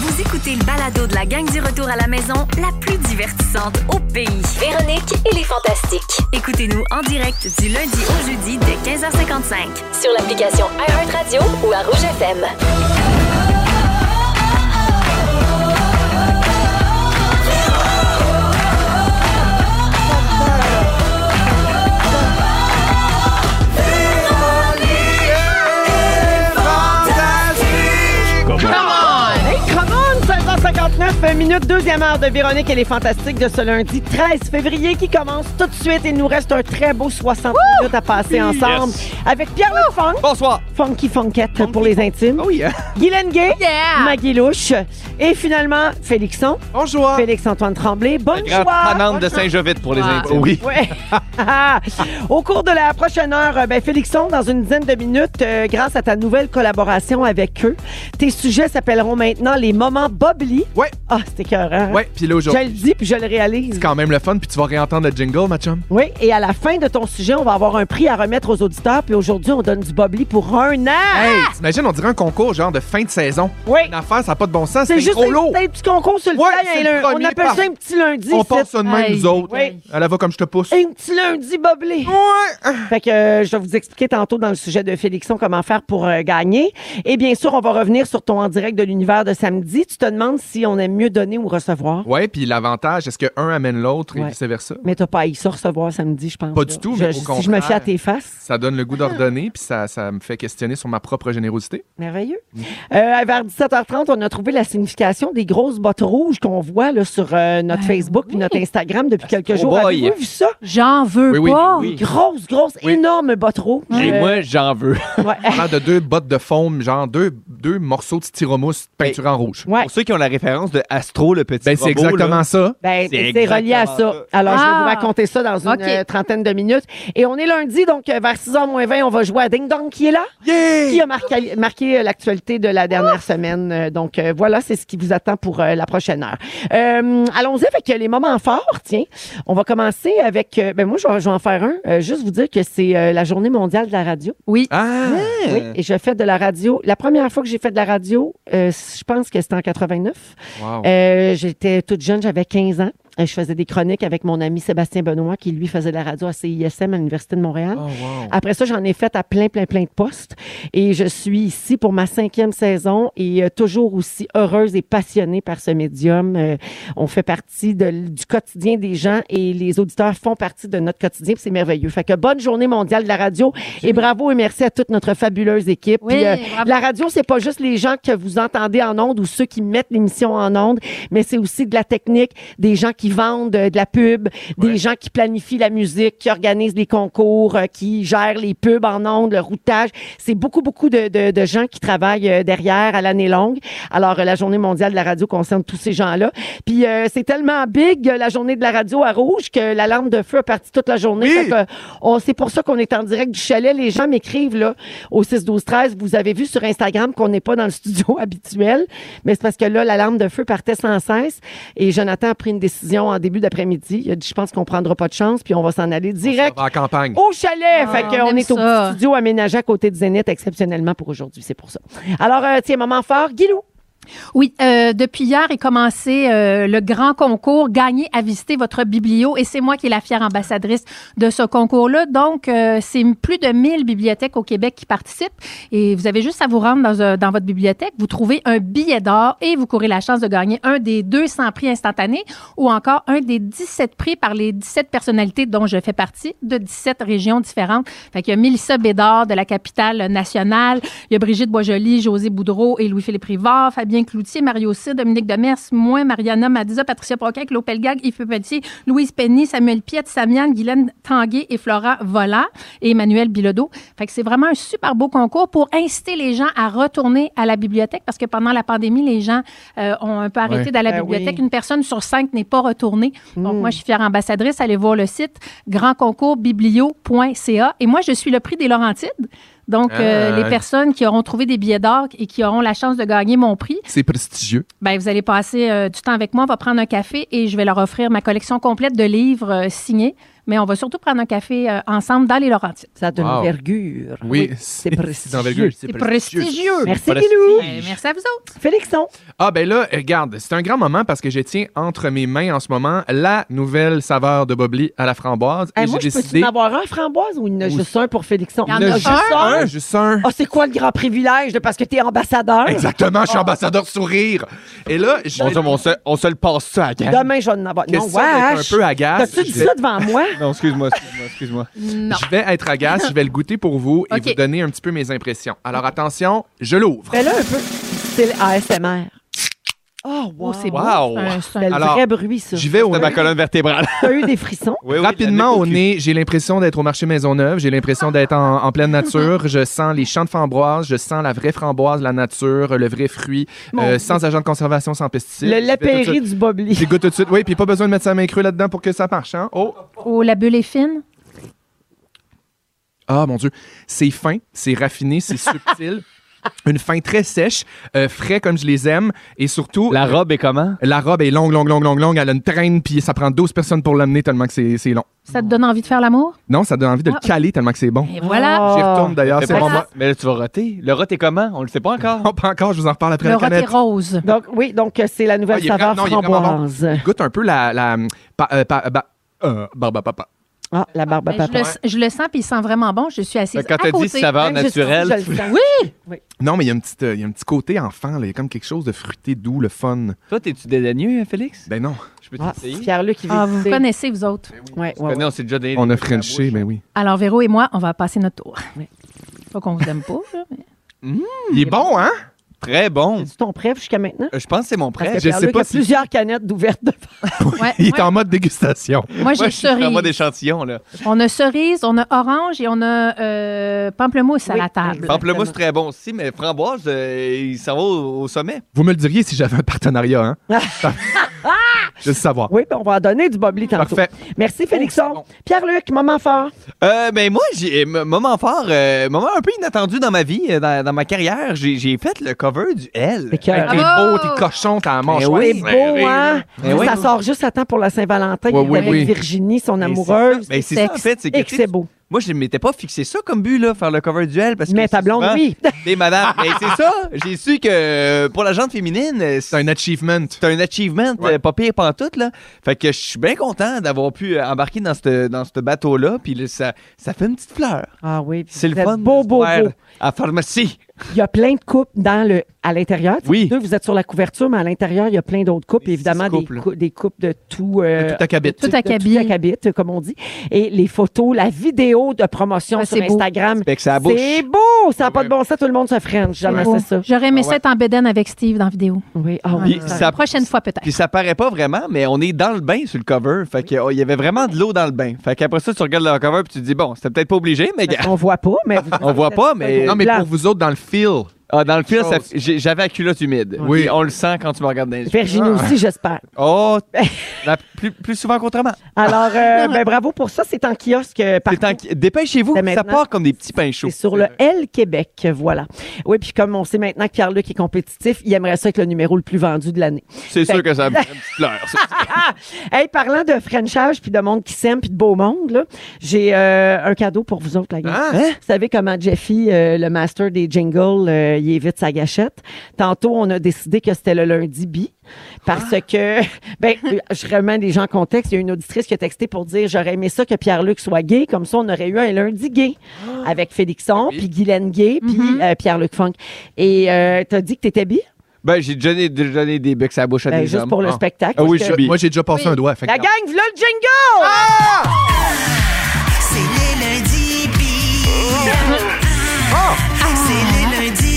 Vous écoutez le balado de la gang du retour à la maison, la plus divertissante au pays. Véronique et les Fantastiques. Écoutez-nous en direct du lundi au jeudi dès 15h55. Sur l'application iHeartRadio ou à Rouge FM. Hey, come on! 16h59 minutes, deuxième heure de Véronique, elle est fantastique de ce lundi 13 février qui commence tout de suite. Il nous reste un très beau 60 minutes à passer ensemble avec Pierre Lefunk, Bonsoir. Funky Funkette pour les intimes, oui, hein? Guylaine Gay, Oh, Yeah! Maggie Louche et finalement Félixon, Bonjour. Félix-Antoine Tremblay. Bonne Oh. Grande joie! panante de Bonne Saint-Jovite pour les Ah. intimes. Oui. Ouais. Au cours de la prochaine heure, euh, ben, Félixon, dans une dizaine de minutes, euh, grâce à ta nouvelle collaboration avec eux, tes sujets s'appelleront maintenant les moments Bobly. Ouais. Ah, c'était écœurant. hein? Ouais, puis Je là le aujourd'hui, dis puis je le réalise. c'est quand même le fun, puis tu vas réentendre le jingle, ma chum. Oui, et à la fin de ton sujet, on va avoir un prix à remettre aux auditeurs. Puis aujourd'hui, on donne du Bobly pour un an. Hey, t'imagines, on dirait un concours genre de fin de saison. Oui. Une affaire, ça n'a pas de bon sens, C'est c'est juste trop lourd. un, un petit concours sur le Ouais, fly, c'est un le lun- On premier appelle par- ça un petit lundi. On ici. passe ça de même, Aïe. nous autres. Oui. À la va comme je te pousse. Un petit lundi boblé. Fait que euh, je vais vous expliquer tantôt dans le sujet de Félixon comment faire pour euh, gagner. Et bien sûr, on va revenir sur ton en direct de l'univers de samedi. Tu te demandes si on aime mieux donner ou recevoir. Ouais, puis l'avantage, est-ce que un amène l'autre et Ouais. vice-versa? Mais t'as pas haï ça recevoir samedi, je pense. Pas du là. tout, Je- mais au Si je me contraire. fie à tes faces, Ça donne le goût d'ordonner, puis ça, ça me fait questionner sur ma propre générosité. merveilleux. Mm. Euh, vers 17h30, on a trouvé la signification des grosses bottes rouges qu'on voit là, sur euh, notre Facebook puis notre Instagram depuis Ah, quelques trop jours. boy. Avez-vous vu ça? J'en veux Oui, oui, pas. oui. Grosse, grosse, Oui. énorme bottes rouges. Et Euh, moi, j'en veux. ouais. Parlant de deux bottes de foam, genre deux, deux morceaux de styromousse peinture en rouge. Ouais. Pour ceux qui ont la référence de Astro, le petit Ben, c'est robot, là. exactement ça. Ben, C'est c'est relié à ça. exactement Alors, je vais Ah! vous raconter ça dans une OK. euh, trentaine de minutes. Et on est lundi, donc euh, vers 6h moins 20, on va jouer à Ding Dong qui est là. Qui a marqué, marqué, euh, l'actualité de la dernière semaine. Euh, Donc, euh, voilà, c'est ce qui vous attend pour euh, la prochaine heure. Euh, Allons-y avec euh, les moments forts, tiens. On va commencer avec... euh, ben moi, je vais, je vais en faire un. Euh, juste vous dire que c'est euh, la journée mondiale de la radio. Oui. Ah! Oui, et je fais de la radio. La première fois que j'ai fait de la radio, euh, je pense que c'était en 89. Wow. Euh, J'étais toute jeune, j'avais 15 ans. euh, je faisais des chroniques avec mon ami Sébastien Benoît, qui lui faisait de la radio à CISM à l'Université de Oh, Oh. Montréal. Après ça, j'en ai fait à plein, plein, plein de postes. Et je suis ici pour ma cinquième saison et euh, toujours aussi heureuse et passionnée par ce médium. Euh, on fait partie de l- du quotidien des gens et les auditeurs font partie de notre quotidien. puis C'est merveilleux. Fait que bonne journée mondiale de la radio et bravo et merci à toute notre fabuleuse équipe. Oui, Puis, euh, bravo. la radio, c'est pas juste les gens que vous entendez en ondes ou ceux qui mettent l'émission en ondes, mais c'est aussi de la technique, des gens qui vendent euh, de, la pub, des gens qui planifient la musique, qui organisent les concours, euh, qui gèrent les pubs en ondes, le routage. C'est beaucoup, beaucoup de, de- de gens qui travaillent euh, derrière à l'année longue. Alors, euh, la Journée mondiale de la radio concerne tous ces gens-là. Puis, euh, c'est tellement big, euh, la Journée de la radio à Rouge, que la lampe de feu a parti toute la journée. Fait que, on- C'est pour ça qu'on est en direct du chalet. Les gens m'écrivent là au 6 12 13 vous avez vu sur Instagram qu'on n'est pas dans le studio habituel mais c'est parce que là l'alarme de feu partait sans cesse et Jonathan a pris une décision en début d'après-midi il a dit je pense qu'on prendra pas de chance puis on va s'en aller direct va en campagne. au chalet Ah, fait que on on aime est au ça. petit studio aménagé à côté de Zénith exceptionnellement pour aujourd'hui c'est pour ça alors euh, tiens moment fort Guilou Oui, euh, depuis hier est commencé euh, le grand concours Gagner à visiter votre biblio et c'est moi qui est la fière ambassadrice de ce concours-là. Donc, euh, c'est plus de 1000 bibliothèques au Québec qui participent et vous avez juste à vous rendre dans, un- dans votre bibliothèque, vous trouvez un billet d'or et vous courez la chance de gagner un des 200 prix instantanés ou encore un des 17 prix par les 17 personnalités dont je fais partie de 17 régions différentes. Fait qu'il y a Mélissa Bédard de la capitale nationale, il y a Brigitte Boisjoli, José Boudreau et Louis-Philippe Rivard, Fabien Cloutier, Mario C, Dominique Demers, moi, Mariana Madiza, Patricia Proquin, Claude Pelgag, Yves Petit, Louise Penny, Samuel Piette, Samiane, Guylaine Tanguay et Flora Vola et Emmanuel Bilodeau. Fait que c'est vraiment un super beau concours pour inciter les gens à retourner à la bibliothèque parce que pendant la pandémie, les gens euh, ont un peu arrêté Ouais. d'aller à la Ben bibliothèque. oui. Une personne sur cinq n'est pas retournée. Donc, Mm. moi, je suis fière ambassadrice. Allez voir le site grandconcours-biblio.ca. Et moi, je suis le prix des Laurentides. Donc, euh, Ah, les ouais. personnes qui auront trouvé des billets d'or et qui auront la chance de gagner mon prix, C'est prestigieux. ben, vous allez passer euh, du temps avec moi, on va prendre un café et je vais leur offrir ma collection complète de livres euh, signés. Mais on va surtout prendre un café euh, ensemble dans les Laurentides. ça a de Wow. l'envergure Oui, c'est d'envergure, prestigieux C'est prestigieux. merci Prestige. Guilou Ben, merci à vous autres. Félixon Ah ben là, regarde, c'est un grand moment parce que je tiens entre mes mains en ce moment la nouvelle saveur de Bobli à la framboise Eh, et moi j'ai je décidé peux en avoir un framboise ou il y en a Oui. juste un pour Félixon Il y en Il y en a juste un? un, juste un. Ah, c'est quoi le grand privilège de parce que t'es ambassadeur? Exactement, je suis ambassadeur sourire. Et là, je Mon Dieu, mais on se, on se le passe ça à la gang. Demain, je vais en avoir. Non, Question d'être un wesh! peu agace. T'as-tu dit Je vais- ça devant moi? Non, excuse-moi, excuse-moi, excuse-moi. Non. Je vais être agace, je vais le goûter pour vous et Ok. vous donner un petit peu mes impressions. Alors attention, je l'ouvre. Fais-le un peu. C'est l'ASMR. Oh, wow. Oh, c'est beau. Wow. C'est un- c'est un- C'est le Alors, vrai bruit, ça. J'y vais au C'était ma colonne vertébrale. T'as eu des frissons? Rapidement au nez, j'ai l'impression d'être au marché Maisonneuve, j'ai l'impression d'être en, en pleine nature, je sens les champs de framboise, je sens la vraie framboise, la nature, le vrai fruit, Mon euh, Dieu. sans agent de conservation, sans pesticides. Le Je fais tout de lapéry suite. du bobli. J'y goûte tout de suite. Oui, puis pas besoin de mettre sa main creux là-dedans pour que ça marche. Hein? Oh! Oh, la bulle est fine. Ah mon Dieu, c'est fin, c'est raffiné, c'est subtil. Une fin très sèche, euh, frais comme je les aime, et surtout, euh, La robe est comment? la robe est longue, longue, longue, longue, longue, elle a une traîne, puis ça prend 12 personnes pour l'amener tellement que c'est c'est long. Ça te donne envie de faire l'amour? Non, ça donne envie de le Ah. caler tellement que c'est bon. Et voilà. Ah. J'y retourne d'ailleurs, Mais c'est pas- mon bon. Mais là, tu vas roter. Le rot est comment? On le sait pas encore. Non, pas encore, je vous en reparle après Le la rot est canette. rose. Donc, oui, donc euh, c'est la nouvelle Ah, il est saveur vra- non, il est vraiment framboise. Goûte un peu la. la pa- euh, pa- ba- euh, barba papa. Ah, la barbe à Ben, je, papa. le, je le sens, puis il sent vraiment bon. Je suis assise Fait que Ben, Quand à t'as dit côté. Ben, saveur Même juste- naturelle, je le sens. Non, mais il y, a une petite, euh, il y a un petit côté enfant, là. il y a comme quelque chose de fruité, doux, le fun. toi, t'es-tu dédaigneux, hein, Félix? Ben non, Je peux Ah, t'essayer? Pierre-Luc, il veut Ah, vous vous goûter. connaissez, vous autres. Ben Ouais, ouais, ouais. On s'est déjà donné des on a coups dans la Frenché, bouche. ben oui. Alors, Véro et moi, on va passer notre tour. Oui. Pas qu'on vous aime pas, là, mais- Il est bon, hein? Très bon. C'est ton préf jusqu'à maintenant? Euh, Je pense que c'est mon Parce que prêt. je sais Pierre-Luc pas a si- plusieurs canettes d'ouvertes de Ouais, Il est moi, en mode dégustation. moi, j'ai Moi, je suis en mode cerise. échantillon, là. On a cerise, on a orange et on a euh, pamplemousse à Oui, la table. exact. Pamplemousse, très bon aussi, mais framboise, euh, il s'en va au, au sommet. Vous me le diriez si j'avais un partenariat, hein? Je veux savoir. Ah! Oui, ben on va en donner du bobli tantôt. Parfait. Merci, Félixon. Pierre-Luc, moment fort. Euh, ben moi, j'ai m- moment fort, euh, moment un peu inattendu dans ma vie, euh, dans, dans ma carrière, j'ai j'ai fait le cover du L. C'est que- Hey, t'es Bravo! beau, t'es cochon, t'as la manche. Ben oui. C'est beau, hein? Eh oui. ça sort juste à temps pour la Saint-Valentin. Oui, Il est oui, avec oui. Virginie, son Ben, c'est amoureuse. ça. Ben, c'est ça, en fait, c'est que Et que tu sais, c'est beau. Moi, je ne m'étais pas fixé ça comme but, là, faire le cover duel. Parce Mais que ta blonde, souvent, oui. Des madames. Mais c'est ça. J'ai su que euh, pour la gente féminine, euh, C'est un achievement. c'est un achievement, euh, pas pire pantoute, là. Fait que je suis bien content d'avoir pu euh, embarquer dans ce dans ce bateau-là, puis là, ça, ça fait une petite fleur. Ah oui, puis C'est le vous êtes fun. Beau, de beau, se beau. voir À la pharmacie. Il y a plein de coupes dans le, à l'intérieur. Tu sais, Oui. les Deux, vous êtes sur la couverture, mais à l'intérieurs, il y a plein d'autres coupes. Des évidemment, six des, couples. cou- des coupes de tout. euh, Tout à cabette. Tout à de cabine. tout acabit, comme on dit. Et les photos, la vidéo de promotion Ah, sur c'est beau. Instagram. Fait que ça bouche. C'est beau! Ça n'a Ah pas de ouais. bon sens, tout le monde se french. Jamais Bon, c'est ça. J'aurais aimé Ah ouais. ça être en bédaine avec Steve dans la vidéo. Oui, ah Ouais, oui. ouais. Puis ça- Prochaine fois, peut-être. Puis ça paraît pas vraiment, mais on est dans le bain sur le cover. Fait que, oh, il y avait vraiment de l'eau dans le bain. Fait qu'après ça, tu regardes le cover puis tu te dis, bon, c'était peut-être pas obligé, mais gars, On voit pas, mais. vous- on voit pas, mais. Non, mais Blanc. pour vous autres, dans le feel. Ah, dans le film, ça- Chose. j'ai- j'avais la culotte humide. Oui. Puis On le sent quand tu me regardes dans les yeux. Virginie aussi, j'espère. Oh, la- plus, plus souvent qu'autrement. Alors, euh, ben, bravo pour ça. C'est en kiosque euh, C'est partout. en- Dépêchez-vous, Dès ça maintenant. part comme des petits pains chauds. C'est sur le L Québec, voilà. Oui, puis comme on sait maintenant que Pierre-Luc est compétitif, il aimerait ça être le numéro le plus vendu de l'année. C'est sûr que ça me fait une petite fleur. ça. Hey, parlant de Frenchage, puis de monde qui s'aime, puis de beau monde, là, j'ai euh, un cadeau pour vous autres, la gang. Hein? Vous savez comment Jeffy, euh, le master des jingles, euh, il évite sa gâchette. Tantôt, on a décidé que c'était le lundi bi. Parce Ah! que, ben, euh, je remets les gens en contexte. Il y a une auditrice qui a texté pour dire J'aurais aimé ça que Pierre-Luc soit gay. Comme ça, on aurait eu un lundi gay Ah! avec Félixon, puis Guylaine Gay, puis Mm-hmm. euh, Pierre-Luc Funk. Et euh, t'as dit que t'étais bi Ben, j'ai déjà donné, déjà donné des becs à la bouche à Ben, des Juste hommes. pour le Ah. spectacle. Ah oui, Ah! parce je que- suis- Moi, j'ai déjà passé un doigt. fait que La non. gang, v'là le jingle C'est les lundis bi. C'est les lundis bi.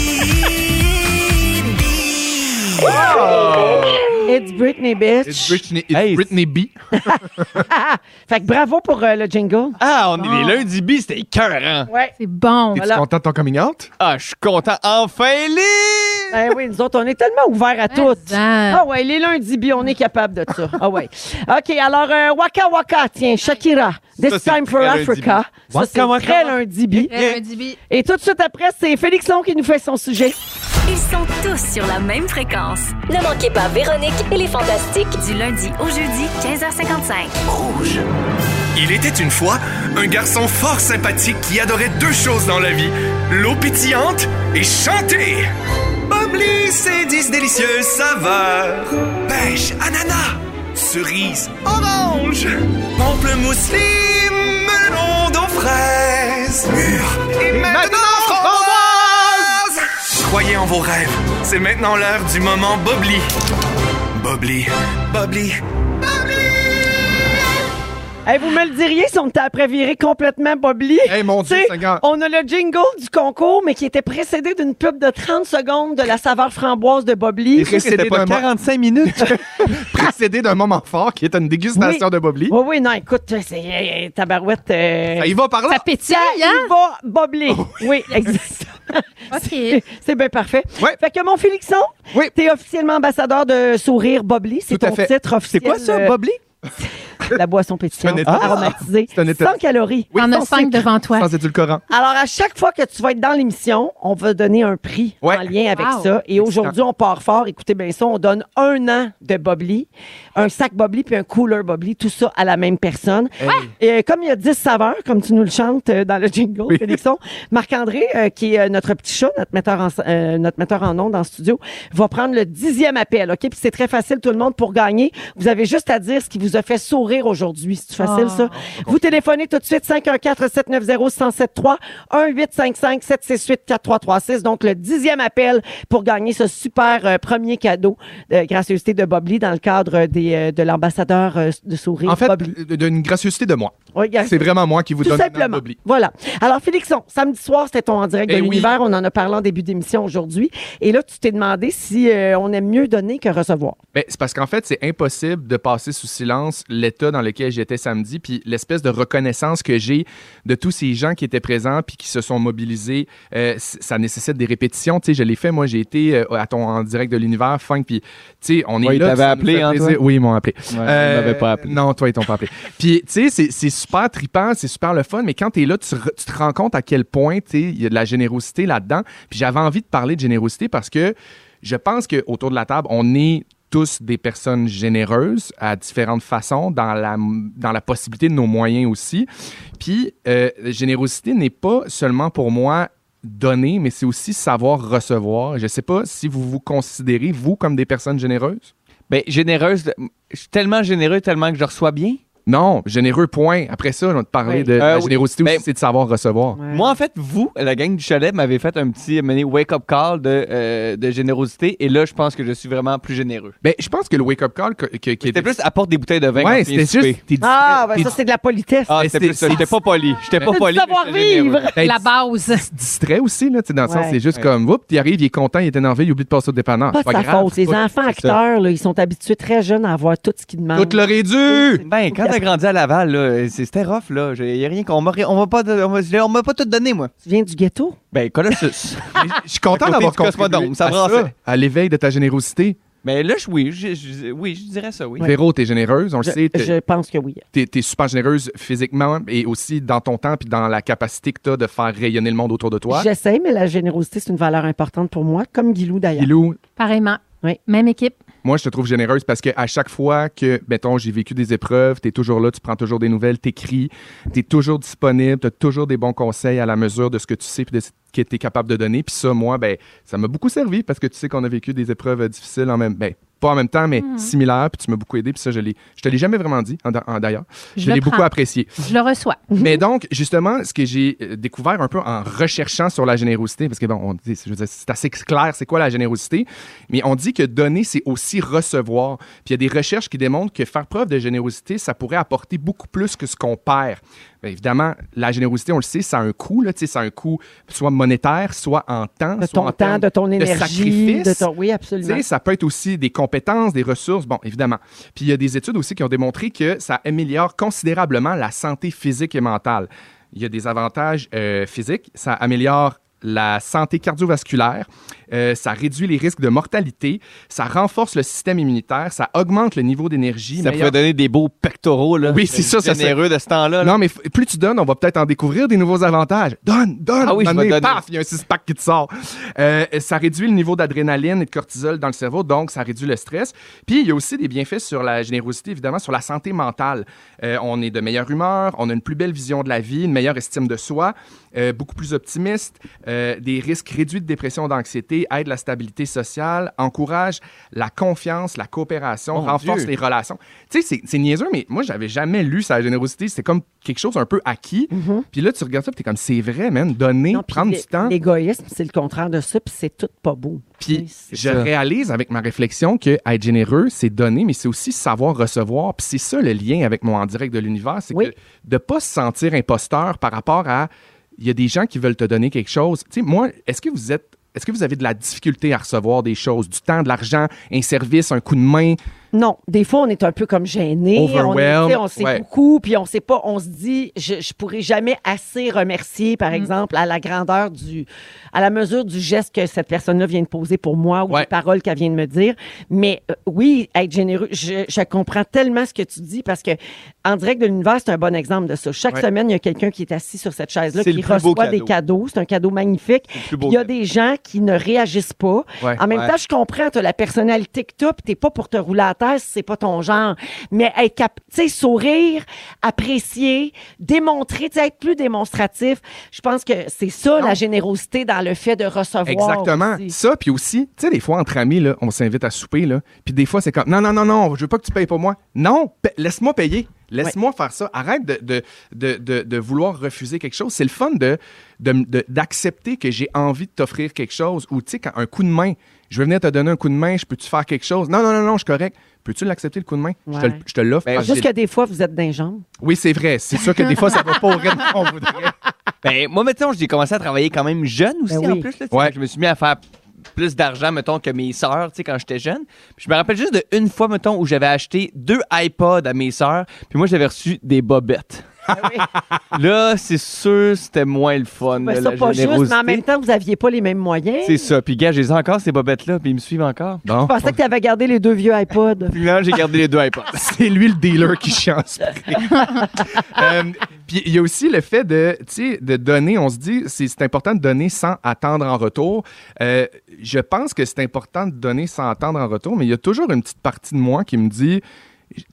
It's Britney, bitch. It's Britney, it's Hey, Britney B. Fait que bravo pour euh, le jingle. Ah, on est les lundis bis, c'était écœurant. Ouais. C'est bon. T'es-tu Voilà. content de ton coming out? Ah, je suis content. Enfin, les... Ben oui, nous autres, on est tellement ouverts à tout. Ah Ah, ouais, les lundis bi, on est capable de ça. Ah ouais. OK, alors euh, Waka Waka, tiens, Shakira, This c'est Time for très lundi Africa. Ça, Waka c'est Waka. très lundi bi. Et tout de suite après, c'est Félix Long qui nous fait son sujet. Ils sont tous sur la même fréquence. Ne manquez pas Véronique et les Fantastiques. Du lundi au jeudi, 15h55. Il était une fois un garçon fort sympathique qui adorait deux choses dans la vie l'eau pétillante et chanter. Bob Lee, ses dix délicieuses saveurs pêche, ananas, cerise, orange, pamplemousse, lime, melon d'eau fraise, mûre et maintenant framboise. Croyez en vos rêves, c'est maintenant l'heure du moment Bob Lee. Bob Lee, Bob Lee. Hey, vous me le diriez si on était après viré complètement Bob Lee? Hey, mon Dieu, Tu sais, Seigneur. on a le jingle du concours, mais qui était précédé d'une pub de 30 secondes de la saveur framboise de Bob Lee. Et ça, c'était Précédé pas d'un mo- 45 minutes. Précédé d'un moment fort qui est une dégustation Oui. de Bob Lee. Oui, oui, non, écoute, c'est euh, tabarouette. euh, Ah, Il va par là. Ça pétille, hein? Il va bobler. Oui, exact. OK. C'est bien parfait. Ouais. Fait que mon Félixon, Oui. t'es officiellement ambassadeur de Sourire Bobli. C'est Tout à ton fait. titre C'est officiel. quoi ça, euh, Bob Lee? La boisson pétillante C'est un état. aromatisée. C'est un état. Sans calories. T'en as sans cinq sucre. devant toi. Sans édulcorant. Alors, à chaque fois que tu vas être dans l'émission, on va donner un prix Ouais. en lien avec Wow. ça. Et aujourd'hui, on part fort. Écoutez bien ça. On donne un an de Bobli, un sac Bobli puis un cooler Bobli, tout ça à la même personne. Et euh, comme il y a 10 saveurs, comme tu nous le chantes euh, dans le jingle, Oui. Félixon, Marc-André, euh, qui est euh, notre petit chat, notre metteur en, euh, notre metteur en ondes en studio, va prendre le dixième appel, OK? Puis c'est très facile, tout le monde, pour gagner. Vous avez juste à dire ce qui vous a fait sourire aujourd'hui. C'est facile, Ah. ça? Vous téléphonez tout de suite 514-790-1073, 1-855-768-4336. Donc, le dixième appel pour gagner ce super euh, premier cadeau de gracieuseté de Bob Lee dans le cadre euh, des, euh, de l'ambassadeur euh, de sourire En fait, Bob Lee. euh, d'une gracieuseté de moi. Ouais, regarde. C'est vraiment moi qui vous Tout donne un simplement. Bob Lee. Voilà. Alors, Félixon, samedi soir, c'était ton en direct de Eh oui. l'univers. On en a parlé en début d'émission aujourd'hui. Et là, tu t'es demandé si euh, on aime mieux donner que recevoir. Ben, c'est parce qu'en fait, c'est impossible de passer sous silence l'état dans lequel j'étais samedi, puis l'espèce de reconnaissance que j'ai de tous ces gens qui étaient présents puis qui se sont mobilisés. Euh, c- ça nécessite des répétitions. Tu sais, je l'ai fait. Moi, j'ai été euh, à ton en direct de l'univers, Funk, puis tu sais, on Ouais, est ils là. t'avaient ça nous appelé, hein, fait Antoine? plaisir. Oui, ils m'ont appelé. Ouais, Euh, ils m'avaient pas appelé. Non, toi, ils t'ont pas appelé. Puis, tu sais, c'est- c'est super tripant, c'est super le fun, mais quand t'es là, tu, re- tu te rends compte à quel point, tu sais, il y a de la générosité là-dedans. Puis j'avais envie de parler de générosité parce que je pense qu'autour de la table, on est tous des personnes généreuses à différentes façons, dans la, dans la possibilité de nos moyens aussi. Puis, euh, générosité n'est pas seulement pour moi donner, mais c'est aussi savoir recevoir. Je ne sais pas si vous vous considérez, vous, comme des personnes généreuses. Ben, généreuse, je suis tellement généreux, tellement que je reçois bien. Non, généreux, point. Après ça, on va te parler Oui. de Euh, la oui. générosité Ben- aussi, c'est de savoir recevoir. Moi, en fait, vous, la gang du chalet, m'avez fait un petit wake-up call de, euh, de générosité. Et là, je pense que je suis vraiment plus généreux. Ben, je pense que le wake-up call que- que- qui C'était plus apporte des bouteilles de vin. Ouais, quand tu viens c'était souper. juste. t'es dis- Ah, ben t'es ça, c'est de la politesse. Ah, mais c'était plus c'est- ça. J'étais pas poli. J'étais pas C'est du poli. mais j'étais savoir-vivre. généreux. Ben, La base. distrait aussi, là, tu sais, dans le sens, Ouais. c'est juste Ouais. comme, oups, il arrive, il est content, il est énervé, il oublie de passer au dépanneur. pas C'est de sa grave. faute. Les Tout- enfants c'est ça. acteurs, là, ils sont habitués très jeunes à avoir tout ce qu'ils demandent. Tout l'aurait dû! Ben, quand t'as grandi à Laval, là, c'est- c'était rough, là. Il y a rien qu'on m'a ri- on m'a pas, on m'a- on m'a pas tout donné, moi. Tu viens du ghetto? Ben, Colossus. Je suis À content côté d'avoir du contribué Cosmodome, ça à brassait. ça, à l'éveil de ta générosité. Mais là, je- oui, je, je- oui, je dirais ça, oui. Véro, t'es généreuse, on le Je, sait. t'es- je pense que oui. T'es es super généreuse physiquement et aussi dans ton temps puis dans la capacité que t'as de faire rayonner le monde autour de toi. J'essaie, mais la générosité, c'est une valeur importante pour moi, comme Guilou d'ailleurs. Guilou, Pareillement. Oui. Même équipe. moi, je te trouve généreuse parce que à chaque fois que, mettons, j'ai vécu des épreuves, t'es toujours là, tu prends toujours des nouvelles, t'écris, t'es toujours disponible, t'as toujours des bons conseils à la mesure de ce que tu sais puis de ce que t'es capable de donner. Puis ça, moi, ben, ça m'a beaucoup servi parce que tu sais qu'on a vécu des épreuves euh, difficiles en même, ben, pas en même temps, Mhm. mais similaires. Puis tu m'as beaucoup aidé. Puis ça, je l'ai, je te l'ai jamais vraiment dit, en- en- d'ailleurs. Je Je le l'ai prends. beaucoup apprécié. Je le reçois. Mhm. Mais donc, justement, ce que j'ai euh, découvert un peu en recherchant sur la générosité, parce que bon, on dit, je veux dire, c'est assez clair, c'est quoi la générosité, mais on dit que donner, c'est aussi recevoir. Puis il y a des recherches qui démontrent que faire preuve de générosité, ça pourrait apporter beaucoup plus que ce qu'on perd. Bien, évidemment, la générosité, on le sait, ça a un coût, là, tu sais, ça a un coût soit monétaire, soit en temps, De soit en ton temps, termes de ton énergie, sacrifice. de ton. Oui, tu absolument. sais, ça peut être aussi des compétences, des ressources, bon, évidemment. Puis il y a des études aussi qui ont démontré que ça améliore considérablement la santé physique et mentale. Il y a des avantages euh, physiques, ça améliore la santé cardiovasculaire, euh, ça réduit les risques de mortalité, ça renforce le système immunitaire, ça augmente le niveau d'énergie. Ça meilleur- pourrait donner des beaux pectoraux, là. Oui, c'est ça, ça, c'est- Généreux de ce temps-là. là. Non, mais f- plus tu donnes, on va peut-être en découvrir des nouveaux avantages. Donne, donne. Ah oui, un je moment vais donné, donner. Paf, il y a un six-pack qui te sort. Euh, ça réduit le niveau d'adrénaline et de cortisol dans le cerveau, donc ça réduit le stress. Puis il y a aussi des bienfaits sur la générosité, évidemment, sur la santé mentale. Euh, on est de meilleure humeur, on a une plus belle vision de la vie, une meilleure estime de soi, euh, beaucoup plus optimiste, euh, des risques réduits de dépression, d'anxiété, aide la stabilité sociale, encourage la confiance, la coopération, Mon renforce Dieu. les relations. Tu sais, c'est- c'est niaiseux, mais moi, j'avais jamais lu sa générosité. C'est comme quelque chose un peu acquis. Mm-hmm. Puis là, tu regardes ça, puis t'es comme, c'est vrai, man, donner, Non, puis Hein? prendre l'é- du temps. L'égoïsme, c'est le contraire de ça, puis c'est tout pas beau. Puis Oui, c'est je ça. réalise avec ma réflexion que être généreux, c'est donner, mais c'est aussi savoir recevoir. Puis c'est ça le lien avec mon en direct de l'univers, c'est Oui. que de pas se sentir imposteur par rapport à il y a des gens qui veulent te donner quelque chose. Tu sais, moi, est-ce que vous êtes est-ce que vous avez de la difficulté à recevoir des choses, du temps, de l'argent, un service, un coup de main? Non, des fois, on est un peu comme gêné. On, est- tu Overwhelmed, sais, on sait ouais. beaucoup, puis on sait pas, on se dit, je, je pourrais jamais assez remercier, par exemple, à la grandeur du, à la mesure du geste que cette personne-là vient de poser pour moi ou Ouais. des paroles qu'elle vient de me dire. Mais euh, oui, être généreux, je, je comprends tellement ce que tu dis parce que en direct de l'univers, c'est un bon exemple de ça. Chaque Ouais. semaine, il y a quelqu'un qui est assis sur cette chaise-là C'est qui le plus beau reçoit des cadeau. cadeaux. C'est un cadeau magnifique. le plus Puis beau Il y a cadeau. des gens qui ne réagissent pas. Ouais. En même Ouais. temps, je comprends, t'as la personnalité que t'as, pis t'es pas pour te rouler à terre si c'est pas ton genre. Mais être cap, tu sais, sourire, apprécier, démontrer, tu sais, être plus démonstratif. Je pense que c'est ça, la générosité dans le fait de recevoir. Exactement. aussi. Ça, puis aussi, tu sais, des fois, entre amis, là, on s'invite à souper, là, puis des fois, c'est comme, non, non, non, non, je veux pas que tu payes pour moi. Non, pa- laisse-moi payer. Laisse-moi faire ça. Arrête de, de, de, de, de vouloir refuser quelque chose. C'est le fun de, de, de- d'accepter que j'ai envie de t'offrir quelque chose ou, tu sais, quand un coup de main, je vais venir te donner un coup de main, je peux-tu faire quelque chose? Non, non, non, non, je suis correct. Peux-tu l'accepter, le coup de main? Je te le- Ouais. Je te l'offre. Ben, parce que Juste que des fois, vous êtes hein. d'un jambes. j'ai- Oui, c'est vrai. C'est sûr que des fois, ça va pas au rythme qu'on voudrait. Ben, moi, mettons, j'ai commencé à travailler quand même jeune aussi, Ben oui. en plus. Là, tu sais, Ouais. Je me suis mis à faire plus d'argent, mettons, que mes sœurs, tu sais, quand j'étais jeune. Puis je me rappelle juste de une fois, mettons, où j'avais acheté deux iPods à mes sœurs, puis moi, j'avais reçu des bobettes. Ben Là, c'est sûr, c'était moins le fun. Ben, là, ça la pas juste, mais en générosité. même temps, vous n'aviez pas les mêmes moyens. C'est ça. Puis, gars, j'ai les ai encore, ces bobettes-là, puis ils me suivent encore. Bon. Je pensais que tu avais gardé les deux vieux iPods. Finalement, j'ai gardé les deux iPods. C'est lui le dealer qui chance. Euh, Puis il y a aussi le fait de, tu sais, de donner, on se dit, c'est c'est important de donner sans attendre en retour. Euh, je pense que c'est important de donner sans attendre en retour, mais il y a toujours une petite partie de moi qui me dit,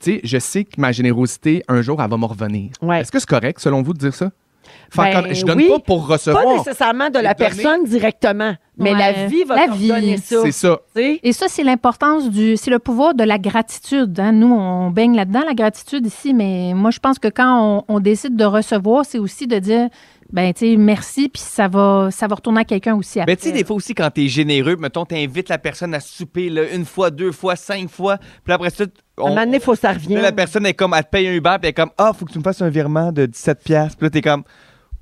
tu sais, je sais que ma générosité, un jour, elle va me revenir. Ouais. Est-ce que c'est correct, selon vous, de dire ça? Faire Ben comme- je donne oui. pas pour recevoir. Pas nécessairement de la donner- personne directement, mais Ouais. la vie va La te vie. donner ça. C'est ça. tu sais. Et ça, c'est l'importance du. C'est le pouvoir de la gratitude. hein. Nous, on baigne là-dedans, la gratitude ici, mais moi, je pense que quand on, on décide de recevoir, c'est aussi de dire, ben, tu sais, merci, puis ça va, ça va retourner à quelqu'un aussi après. Mais tu sais, des fois aussi, quand t'es généreux, mettons, t'invites la personne à souper là, une fois, deux fois, cinq fois. Puis après ça, À un on, moment donné, faut que ça Là, revienne. la personne est comme, elle te paye un Uber, puis elle est comme, ah, faut que tu me fasses un virement de 17$. Puis là, t'es comme,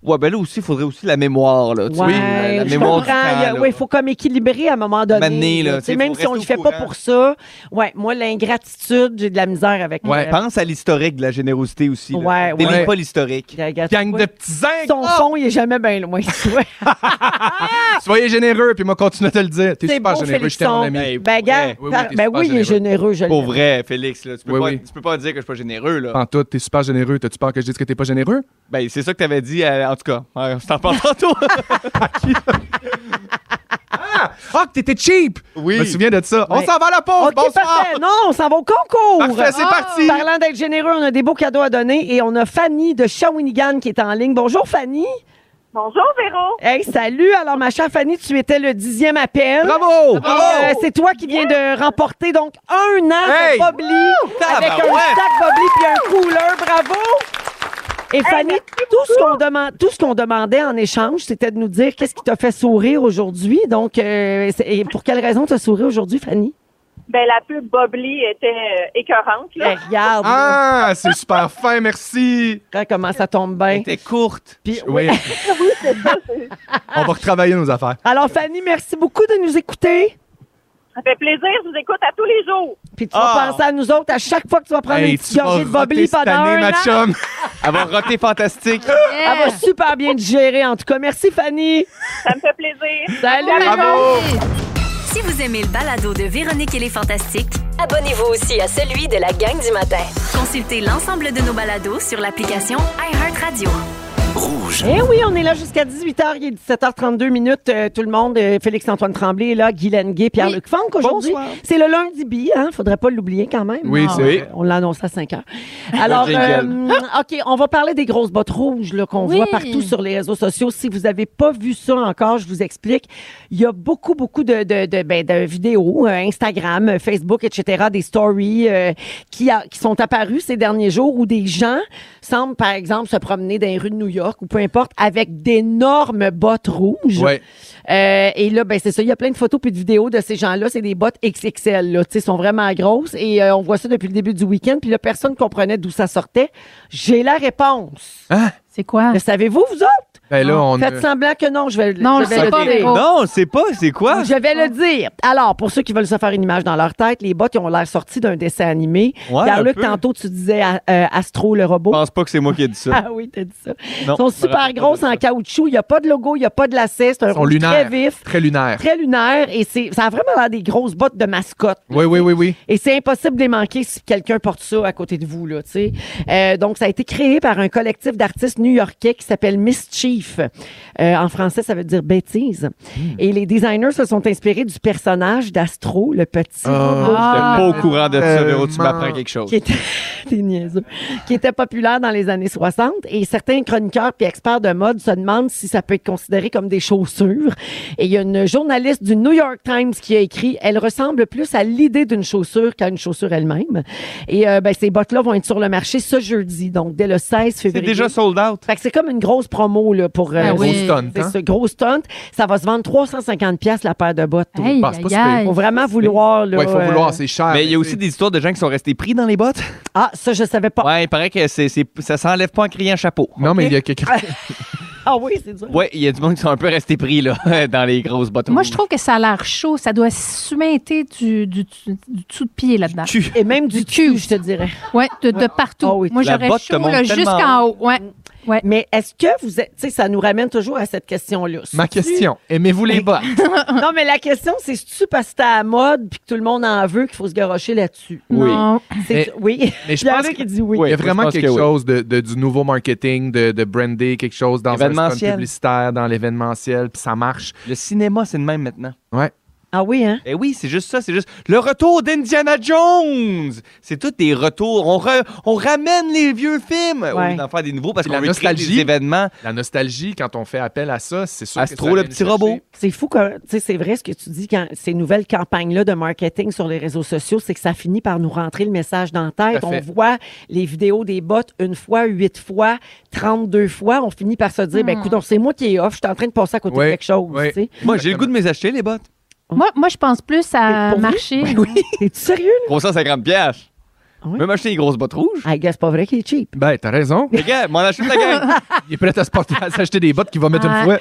ouais, ben là aussi, il faudrait aussi la mémoire, là. Tu Ouais, sais, la, la je mémoire du comprends. Il y a- temps, là. oui, il faut comme équilibrer à un moment donné. Mané, là, là, tu sais, t'sais, même faut si on ne le rester fait au pas courant. pour ça, ouais, moi, l'ingratitude, j'ai de la misère avec Ouais. euh, Pense à l'historique de la générosité aussi. là. Ouais, Délie ouais. pas l'historique. regarde, Gang ouais. de petits zincs! Ah! Son fond, il est jamais bien loin. Ouais. Soyez généreux, puis moi, continue à te le dire. T'es C'est super beau, généreux, je t'aime, Félixon. mon ami. Ben, gars, oui, oui, par- t'es ben super oui, il est généreux, je Pour le vrai, Félix, là, tu, peux Oui, pas, oui. Ah. tu peux pas dire que je suis pas généreux, là. Pantoute, t'es super généreux. T'as-tu peur que je dise que t'es pas généreux? Ben, c'est ça que t'avais dit, euh, en tout cas. Ouais, je t'en parle tantôt. Ah, que t'étais cheap! Oui. Je me souviens de ça. On Ouais. s'en va à la pause! OK, Bonsoir! parfait. Non, on s'en va au concours. Parfait, c'est Ah. parti. Parlant d'être généreux, on a des beaux cadeaux à donner et on a Fanny de Shawinigan qui est en ligne. Bonjour, Fanny. Bonjour Véro. Hey, salut. Alors, ma chère Fanny, tu étais le dixième appel. Bravo! Et, euh, c'est toi qui viens de remporter donc un an Hey! de Bobli avec un Tabarouette! sac Bobli puis un cooler. Bravo! Et Fanny, tout ce, qu'on demande, tout ce qu'on demandait en échange, c'était de nous dire qu'est-ce qui t'a fait sourire aujourd'hui. Donc, euh, c'est- et pour quelle raison t'as souri aujourd'hui, Fanny? Ben la pub Bobli était euh, écœurante là. Ben, regarde, Ah, c'est super fin, merci! regarde comment ça tombe bien. T'es courte. Puis- Oui. On va retravailler nos affaires. Alors, Fanny, merci beaucoup de nous écouter. Ça fait plaisir, je vous écoute à tous les jours. Puis tu vas Ah. penser à nous autres à chaque fois que tu vas prendre une Hey, petite gorgée de roter Bobli cette pendant année, un ma an. chum. Elle va roter fantastique. Elle va super bien te gérer, en tout cas. Merci, Fanny. Ça me fait plaisir. Salut. Si vous aimez le balado de Véronique et les Fantastiques, Abonnez-vous aussi à celui de la gang du matin. consultez l'ensemble de nos balados sur l'application iHeartRadio. Rouge. Eh oui, on est là jusqu'à 18h, il est 17h32 minutes. euh, tout le monde, euh, Félix-Antoine Tremblay est là, Guylaine Gay, Pierre-Luc Fonck aujourd'hui. Bonsoir. C'est le lundi bi, hein? Faudrait pas l'oublier quand même. Ah, Oui, Non. c'est Oui. On l'annonce à 5 heures. Alors, jingle. euh, OK, on va parler des grosses bottes rouges là, qu'on Oui. voit partout sur les réseaux sociaux. Si vous n'avez pas vu ça encore, je vous explique. Il y a beaucoup, beaucoup de, de, de, ben, de vidéos, euh, Instagram, euh, Facebook, etc., des stories euh, qui, a- qui sont apparues ces derniers jours où des gens semblent, par exemple, se promener dans les rues de New York ou peu importe, avec d'énormes bottes rouges. Ouais. Euh, et là, ben c'est ça. Il y a plein de photos puis de vidéos de ces gens-là. C'est des bottes XXL. Là, Tu sais, sont vraiment grosses. Et euh, on voit ça depuis le début du week-end. Puis là, personne comprenait d'où ça sortait. J'ai la réponse. C'est quoi? Le savez-vous, vous autres? Ben là, on. Ah, Faites a- semblant que non. Je vais, le- Non, on je le vais sait le pas, dire. Véro. Non, c'est pas, c'est quoi? Je vais le dire. Alors, pour ceux qui veulent se faire une image dans leur tête, les bottes ils ont l'air sorties d'un dessin animé. Ouais, un Pierre-Luc, peu. tantôt, tu disais euh, Astro le Je robot. pense pas que c'est moi qui ai dit ça. Ah oui, t'as dit ça. Non, Ils sont je me super rappelle pas grosses de en ça. caoutchouc. Il n'y a pas de logo, il n'y a pas de lacet. C'est un Ils sont rouge lunaires. très vif. Très lunaire. très lunaire et c'est ça a vraiment l'air des grosses bottes de mascotte. Oui, oui, oui, oui. Et c'est impossible de les manquer si quelqu'un porte ça à côté de vous, là, tu sais. Euh, donc, ça a été créé par un collectif d'artistes new-yorkais qui s'appelle Mischief. Euh, en français, ça veut dire bêtise. Et les designers se sont inspirés du personnage d'Astro, le petit robot J'étais Ah. pas au courant de ça, Véro, tu Tellement. m'apprends quelque chose. Ah. qui était, T'es niaiseux. qui était populaire dans les années 60. Et certains chroniqueurs puis experts de mode se demandent si ça peut être considéré comme des chaussures. Et il y a une journaliste du New York Times qui a écrit, elle ressemble plus à l'idée d'une chaussure qu'à une chaussure elle-même. Et euh, ben, ces bottes-là vont être sur le marché ce jeudi, donc dès le 16 C'est février. déjà sold out. Fait que c'est comme une grosse promo là, pour euh, Ah Gros oui. stunt, c'est hein? ce gros stunt. Ça va se vendre 350 pièces la paire de bottes. Aïe, Bah, c'est pas aïe, si pire. aïe. Faut vraiment vouloir. Là, Ouais, faut euh, vouloir, Ah, c'est cher. Mais il y a aussi des histoires de gens qui sont restés pris dans les bottes. Ah, ça, je savais pas. Ouais, il paraît que c'est, c'est- ça s'enlève pas en criant chapeau. Non, mais il y a quelqu'un. Ah oui, c'est dur. Ouais, il y a du monde qui sont un peu restés pris là, dans les grosses bottes. Moi, rouges. je trouve que ça a l'air chaud. Ça doit s'huméter du, du, du, du dessous de pied là-dedans. Tu- Et même du cul, je te dirais. Ouais, de, de partout. Ah oui, Moi, la j'aurais botte te chaud monte là, tellement jusqu'en haut. Ouais. Mais est-ce que vous êtes. Tu sais, ça nous ramène toujours à cette question-là. Ma C'est-tu- question, aimez-vous les bottes? Non, mais la question, c'est si parce que c'est à la mode puis que tout le monde en veut qu'il faut se garocher là-dessus. Oui. Non. C'est- Oui. Mais je Il y en pense a que- qui dit oui. Oui. Il y a je vraiment pense quelque que oui. chose de, de- du nouveau marketing, de, de brandé, quelque chose dans un stand Événementiel. publicitaire, dans l'événementiel, puis ça marche. Le cinéma, c'est le même maintenant. Ouais. Ah oui, hein? Eh oui, c'est juste ça, c'est juste le retour d'Indiana Jones. C'est tout des retours. On, re- on ramène les vieux films au Ouais. lieu d'en faire des nouveaux parce Puis qu'on la veut créer des nostalgie. événements. La nostalgie, quand on fait appel à ça, c'est sûr que Astro, ça le vient petit nous chercher. robot. C'est fou, que- tu sais, c'est vrai ce que tu dis quand ces nouvelles campagnes-là de marketing sur les réseaux sociaux, c'est que ça finit par nous rentrer le message dans la tête. Tout à On fait. voit les vidéos des bottes une fois, huit fois, 32 fois. On finit par se dire, ben écoute, c'est moi qui est off, je suis en train de passer à côté Oui, de quelque chose. oui. tu sais. Moi, j'ai le goût de me les acheter, les bottes. Moi, moi, je pense plus à Pour vrai? marcher. T'es-tu sérieux? là? 350 piastres. Ah oui? Même acheter les grosses bottes rouges. Ah, gars, c'est pas vrai qu'il est cheap. Ben, t'as raison. Les gars, m'en achète la gang. Ah! Il est prêt à se porter, à s'acheter des bottes qu'il va mettre Ah. une fois.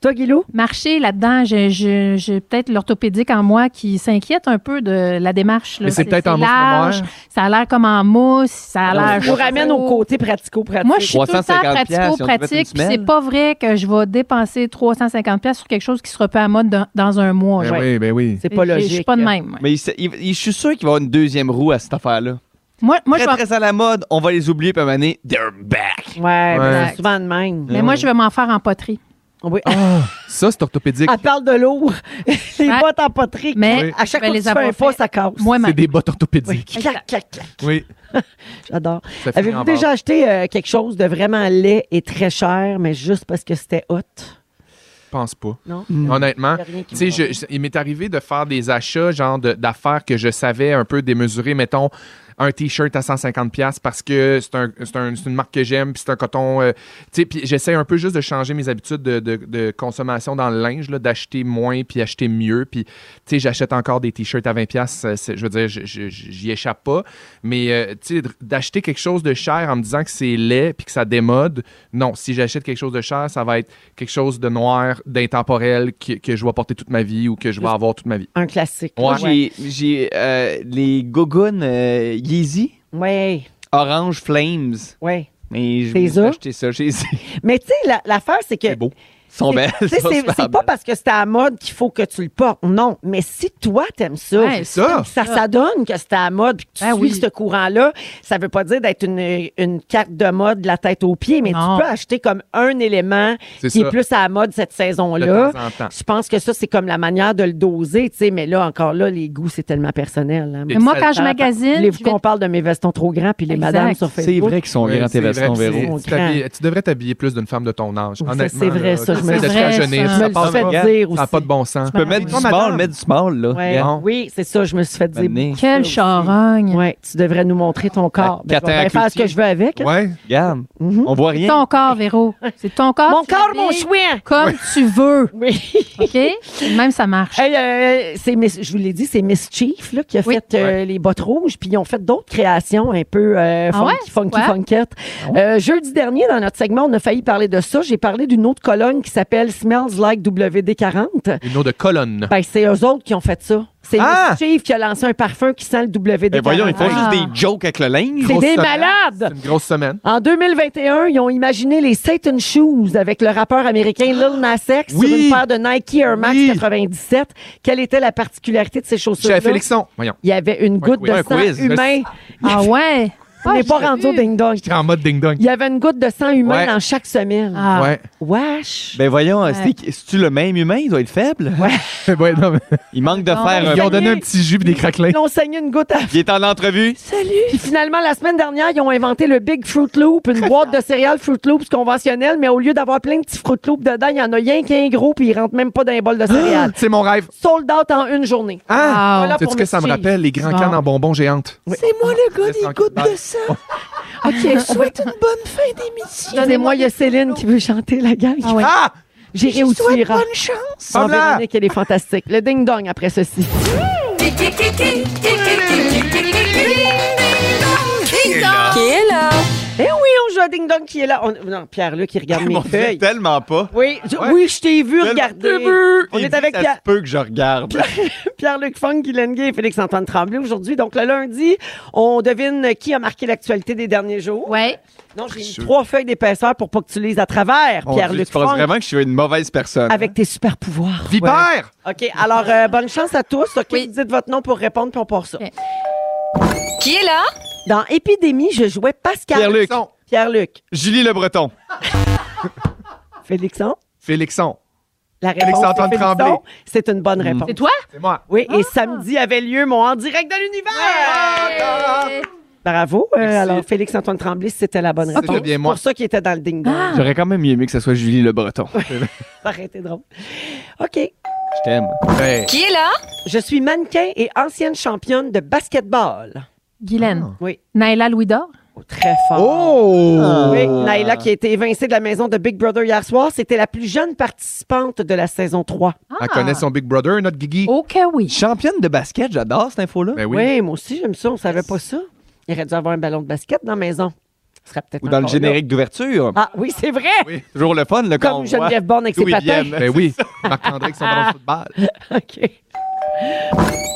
Toi, Guilou? Marcher là-dedans, j'ai, j'ai- j'ai peut-être l'orthopédique en moi qui s'inquiète un peu de la démarche. là. Mais c'est peut-être en mousse large, mémoire. Ça a l'air comme en mousse. Ça a l'air. Je vous chaud. ramène au côté pratico-pratique. Moi, je suis tout le temps 350 piastres, si on devait mettre une pratico-pratique, puis c'est semelle. pas vrai que je vais dépenser 350 pièces sur quelque chose qui sera pas à mode dans, dans un mois. Ben genre. oui, ben oui. c'est pas Je- logique. hein. Je suis pas de même. ouais. Mais il se- il- il- je suis sûr qu'il va y avoir une deuxième roue à cette affaire-là. Moi, moi, je Très, vais- très à la mode, on va les oublier, puis à un moment donné, they're back. Ouais, ben, Exact. c'est souvent de même. mais moi, je vais m'en faire en poterie. Oui. Ça, c'est orthopédique. Elle parle de l'eau. les Ouais. bottes en poterie. Mais à chaque je vais fois que les tu fais un avoir pas, fait ça casse. c'est moi-même. des bottes orthopédiques. Clac, clac, clac. Oui. J'adore. Ça finit Avez-vous en déjà barre. acheté euh, quelque chose de vraiment laid et très cher, mais juste parce que c'était hot? Je pense pas. Non? Honnêtement, Y a rien qui tu sais, me je- je- il m'est arrivé de faire des achats, genre de- d'affaires que je savais un peu démesurées, mettons un t-shirt à 150 pièces parce que c'est un- c'est un- c'est une marque que j'aime puis c'est un coton euh, tu sais puis j'essaie un peu juste de changer mes habitudes de, de- de consommation dans le linge là, d'acheter moins puis acheter mieux puis tu sais j'achète encore des t-shirts à 20 pièces je veux dire je- je- j'y échappe pas mais euh, tu sais d- d'acheter quelque chose de cher en me disant que c'est laid puis que ça démode non si j'achète quelque chose de cher ça va être quelque chose de noir d'intemporel que, que je vais porter toute ma vie ou que je vais avoir toute ma vie Un classique. Ouais. Moi, j'ai- j'ai euh, les gogoons euh, Yeezy, Ouais, Orange Flames. ouais. Mais T'es je j'ai ça? acheté ça chez Yeezy. Mais tu sais, la- l'affaire, c'est que. C'est beau. Ils sont c'est- belles. tu sais, ils sont C'est super c'est pas belles. parce que c'est à la mode qu'il faut que tu le portes. Non. Mais si toi, t'aimes ça, Ouais, puis ça. ça s'adonne que c'est à la mode puis que tu Ben suis oui. ce courant-là, ça veut pas dire d'être une, une carte de mode de la tête aux pieds, mais Non. tu peux acheter comme un élément C'est qui ça. est plus à la mode cette de saison-là. temps en temps Je pense que ça, c'est comme la manière de le doser, tu sais, mais là, encore là, les goûts, c'est tellement personnel. hein. Mais moi, Ça- quand je magasine, Voulez-vous je vais- qu'on parle de mes vestons trop grands puis les Exact. madames sur C'est Facebook? vrai qu'ils sont Ouais, grands tes c'est vrai, vestons, c'est- Véro. On tu t'habilles- craint. Tu devrais t'habiller plus d'une femme de ton âge. Oui, ça, honnêtement, c'est vrai, là, ça, je me- t'essaies de te C'est vrai, rajeunir, Je ça. me ça le part suis fait pas. dire Ça n'a aussi. pas de bon sens. Tu peux mettre du Toi, small, madame. mettre du small, là. Ouais. Regarde. Oui, c'est ça, je me suis fait dire. Maintenant. Quelle charogne. Ouais, tu devrais nous montrer ton corps. Ben, je Quatre vais ans à bien faire ce que cloutier. je veux avec. hein. Ouais. Regarde. Mhm. On voit rien. Ton corps, Véro. C'est ton corps. Mon tu corps, mon l'habilles chouin! Comme tu veux. Oui. OK? Même ça marche. Hey, euh, c'est Miss- je vous l'ai dit, c'est Miss Chief là, qui a Oui. fait euh, les bottes rouges, puis ils ont fait d'autres créations un peu euh, Ah funky, ouais? funky, Ouais. funkette. Ah Euh, jeudi dernier, dans notre segment, on a failli parler de ça. J'ai parlé d'une autre colonne qui s'appelle Smells Like WD40. Une eau de colonne. Ben, c'est eux autres qui ont fait ça. C'est Ah! Miss Chief qui a lancé un parfum qui sent le WD40. Mais Ben, voyons, ils font Ah. juste des jokes avec le linge. C'est Grosse des semaine. malades! Une grosse semaine. En 2021, ils ont imaginé les Satan Shoes avec le rappeur américain Lil Nas X sur Oui. une paire de Nike Air Max Oui. 97. Quelle était la particularité de ces chaussures-là? Chez Félixon. Voyons. Il y avait une goutte quiz. de Un sang quiz. humain. Ah ouais? On Ah, n'est pas j'ai rendu vu. au ding-dong. J'étais en mode ding-dong. Il y avait une goutte de sang humain Ouais. dans chaque semelle. Ah. Ouais. Wesh! Ben voyons, Ouais. c'est- c'est-tu le même humain? Il doit être faible. Ouais, non, mais- Il manque de Non, faire... Ils un- ont donné un petit jus pis des craquelins. Ils ont saigné une goutte à... Il est en entrevue. Puis finalement, la semaine dernière, ils ont inventé le Big Fruit Loop, une boîte de céréales Fruit Loops conventionnelle, mais au lieu d'avoir plein de petits Fruit Loops dedans, il y en a rien qu'un gros, puis ils rentrent même pas dans un bol de céréales. C'est mon rêve. Sold out en une journée. Ah! Wow. Voilà Sais-tu pour que ça me Miss rappelle les grands Bon. cannes en bonbons géantes? C'est moi le Laisse tranquille. OK, Ah, souhaite une bonne fin d'émission. Donnez-moi, il y a Céline qui veut chanter la gang. Ah ouais. Ah! J'irai où tu iras. Bonne chance. Oh, Pamela. Véronique, elle est fantastique. Le ding-dong après ceci. Qui est là? Qui est là? Eh oui, on déjà Ding Dong qui est là. On- Non, Pierre-Luc, qui regarde mes Mon Dieu, feuilles. tellement pas. Oui, je, Ouais. oui, je t'ai vu Tellement- regarder. On Il est dit, avec ça Pierre- se peut que je regarde. Pierre-Luc Funk, Guylaine Gay et Félix-Antoine Tremblay aujourd'hui. Donc, le lundi, on devine qui a marqué l'actualité des derniers jours. Ouais. Non, j'ai mis trois feuilles d'épaisseur pour pas que tu lises à travers, Mon Dieu, Pierre-Luc Oh, tu penses Funk, vraiment hein? que je suis une mauvaise personne. avec tes super pouvoirs. Vipère! OK, alors, euh, bonne chance à tous. OK, Oui. vous dites votre nom pour répondre, puis on part ça. Ok. Qui est là? Dans Épidémie, je jouais Pascal. Pierre-Luc. Pierre-Luc. Julie Le Breton. Félixon. Félixon. hein? La réponse c'est Antoine Félixon. Tremblay. C'est une Mhm. bonne réponse. C'est toi? C'est moi. Oui, et samedi avait lieu mon En direct de l'univers. Bravo. euh, alors, Félix-Antoine Tremblay, c'était la bonne réponse. C'était bien moi. pour ça qu'il était dans le ding-dong. J'aurais quand même mieux aimé que ce soit Julie Le Breton. Ça aurait été drôle. OK. Je t'aime. Ben, Qui est là? Je suis mannequin et ancienne championne de basketball. Ah. Guylaine. Oui. Naila Louis d'Or. Oh, très fort. Oh! Ah. Oui, Naila qui a été évincée de la maison de Big Brother hier soir, c'était la plus jeune participante de la saison 3. Elle connaît son Big Brother, notre Guigui. Ah. Ok, oui. Championne de basket, j'adore cette info-là. Ben Oui. oui. moi aussi, j'aime ça, on savait pas ça. Il aurait dû avoir un ballon de basket dans la maison. Ce serait peut-être Ou dans le encore générique d'ouverture. là. Ah oui, c'est vrai. Toujours le fun, le Comme Geneviève Borne avec ses d'où il patins. vient. Ben oui. Marc-André avec son ballon de football. OK.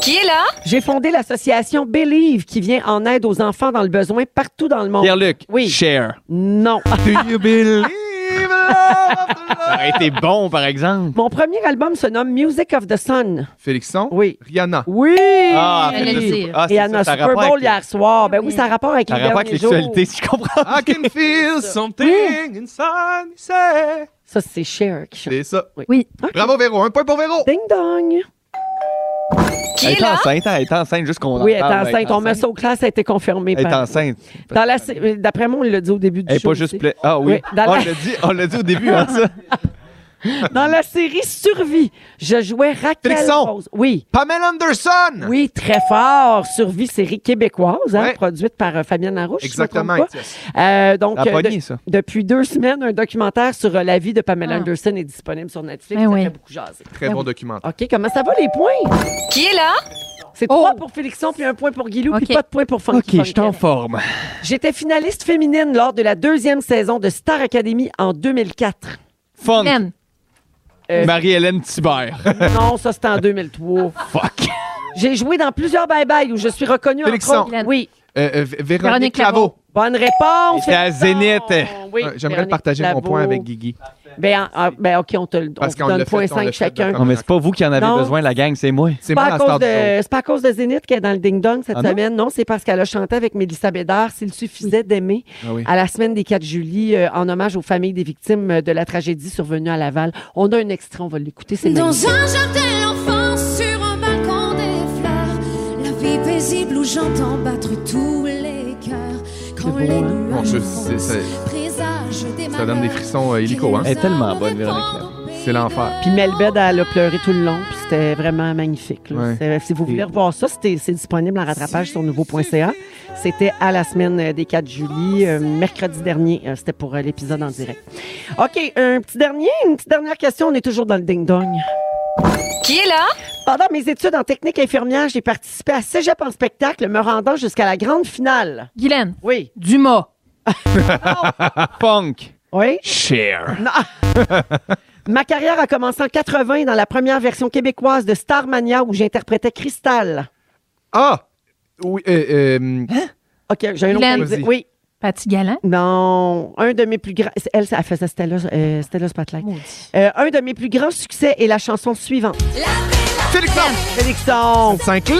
Qui est là? J'ai fondé l'association Believe qui vient en aide aux enfants dans le besoin partout dans le monde. Pierre-Luc, Oui. share. Non. Do you believe Ça aurait été bon, par exemple. Mon premier album se nomme Music of the Sun. Félixon. Oui. Rihanna. Oui! Ah, J'allais le le Super- dire. Ah, c'est Et à ça, notre ça a Super rapport Bowl avec- hier soir. Ben oui, ça a rapport avec Ça a les rapport avec derniers jours. l'actualité, si je comprends. Ah, I can feel something inside me say. Ça, c'est Cher qui chante. C'est ça. Oui. Bravo, Véro. Un point pour Véro. Ding dong! Qui Elle est est là? enceinte, hein, elle est enceinte, juste qu'on Oui, elle est entende, elle enceinte. On met ça au classe, ça a été confirmé. Elle est par- enceinte. Dans la sé- euh, D'après moi, on l'a dit au début du Elle est show pas juste... aussi. pla- Ah oui, Oui, dans la- on l'a dit, on l'a dit au début, hein, ça. Dans la série Survie, je jouais Raquel Félixon. Rose. Oui. Pamela Anderson. Oui, très fort. Survie, série québécoise, hein, Ouais. produite par euh, Fabienne Larouche. si je me Exactement. trompe pas. Étienne. Euh, donc, La euh, pognée, de- ça. depuis deux semaines, un documentaire sur euh, la vie de Pamela Ah. Anderson est disponible sur Netflix. Ben ça oui. fait beaucoup jaser. Très bon documentaire. OK, comment ça va les points? Qui est là? C'est Oh! trois pour Félixon, puis un point pour Guilou, OK. puis pas de point pour Funky. OK, je t'en Funkin. forme. J'étais finaliste féminine lors de la deuxième saison de Star Academy en 2004. Fun. Guylaine. Euh, Marie-Hélène Thibert. non, ça c'était en 2003. Fuck. J'ai joué dans plusieurs bye-bye où je suis reconnue Félixon. entre autres- Oui. Euh, euh, Vé- Véronique Véronique Claveau. Bonne réponse. C'était à Zénith. Oui, Euh, J'aimerais Véronique partager mon Laveau. point avec Guigui. Ben, en- ah, ben, OK, on te le Parce on qu'on te donne l'a fait, point on l'a 5 fait chacun. d'accord. Non, mais c'est pas vous qui en avez Non. besoin, la gang, c'est moi. C'est pas moi à la cause star du de- show. C'est pas à cause de Zénith qu'elle est dans le ding-dong cette Ah non? semaine. Non, c'est parce qu'elle a chanté avec Mélissa Bédard s'il suffisait d'aimer Ah oui. à la semaine des 4 juillet euh, en hommage aux familles des victimes euh, de la tragédie survenue à Laval. On a un extrait, on va l'écouter. C'est Dans magnifique. un jardin d'enfants, sur un balcon des fleurs, la vie paisible où j'entends battre tous les cœurs. Quand C'est beau, les hein? nuages Mon Dieu, c'est- c'est- présagent des Ça donne des frissons euh, hélico, hein? Elle est tellement bonne, Véronique. C'est l'enfer. Puis Melbed, elle a pleuré tout le long, puis c'était vraiment magnifique. là. Ouais. C'est- Si vous voulez revoir ça, c'était- c'est disponible en rattrapage sur nouveau.ca. C'était à la semaine euh, des 4 juillet, euh, mercredi dernier. Euh, C'était pour euh, l'épisode en direct. OK, un petit dernier, une petite dernière question. On est toujours dans le ding-dong. Qui est là? Pendant mes études en technique infirmière, j'ai participé à Cégep en spectacle, me rendant jusqu'à la grande finale. Guylaine. Oui. Dumas. Funk. Oui. Share. Ma carrière a commencé en 80 dans la première version québécoise de Starmania où j'interprétais Cristal. Ah! Oui, euh, euh, OK, j'ai un autre Guylaine. indice. Vas-y. Oui. Patty Galland. Non, un de mes plus grands. c'est- Elle, ça- elle faisait Stella, euh, Stella Spotlight. Euh, un de mes plus grands succès est la chanson suivante. Félixon! Félixon! Sinclair!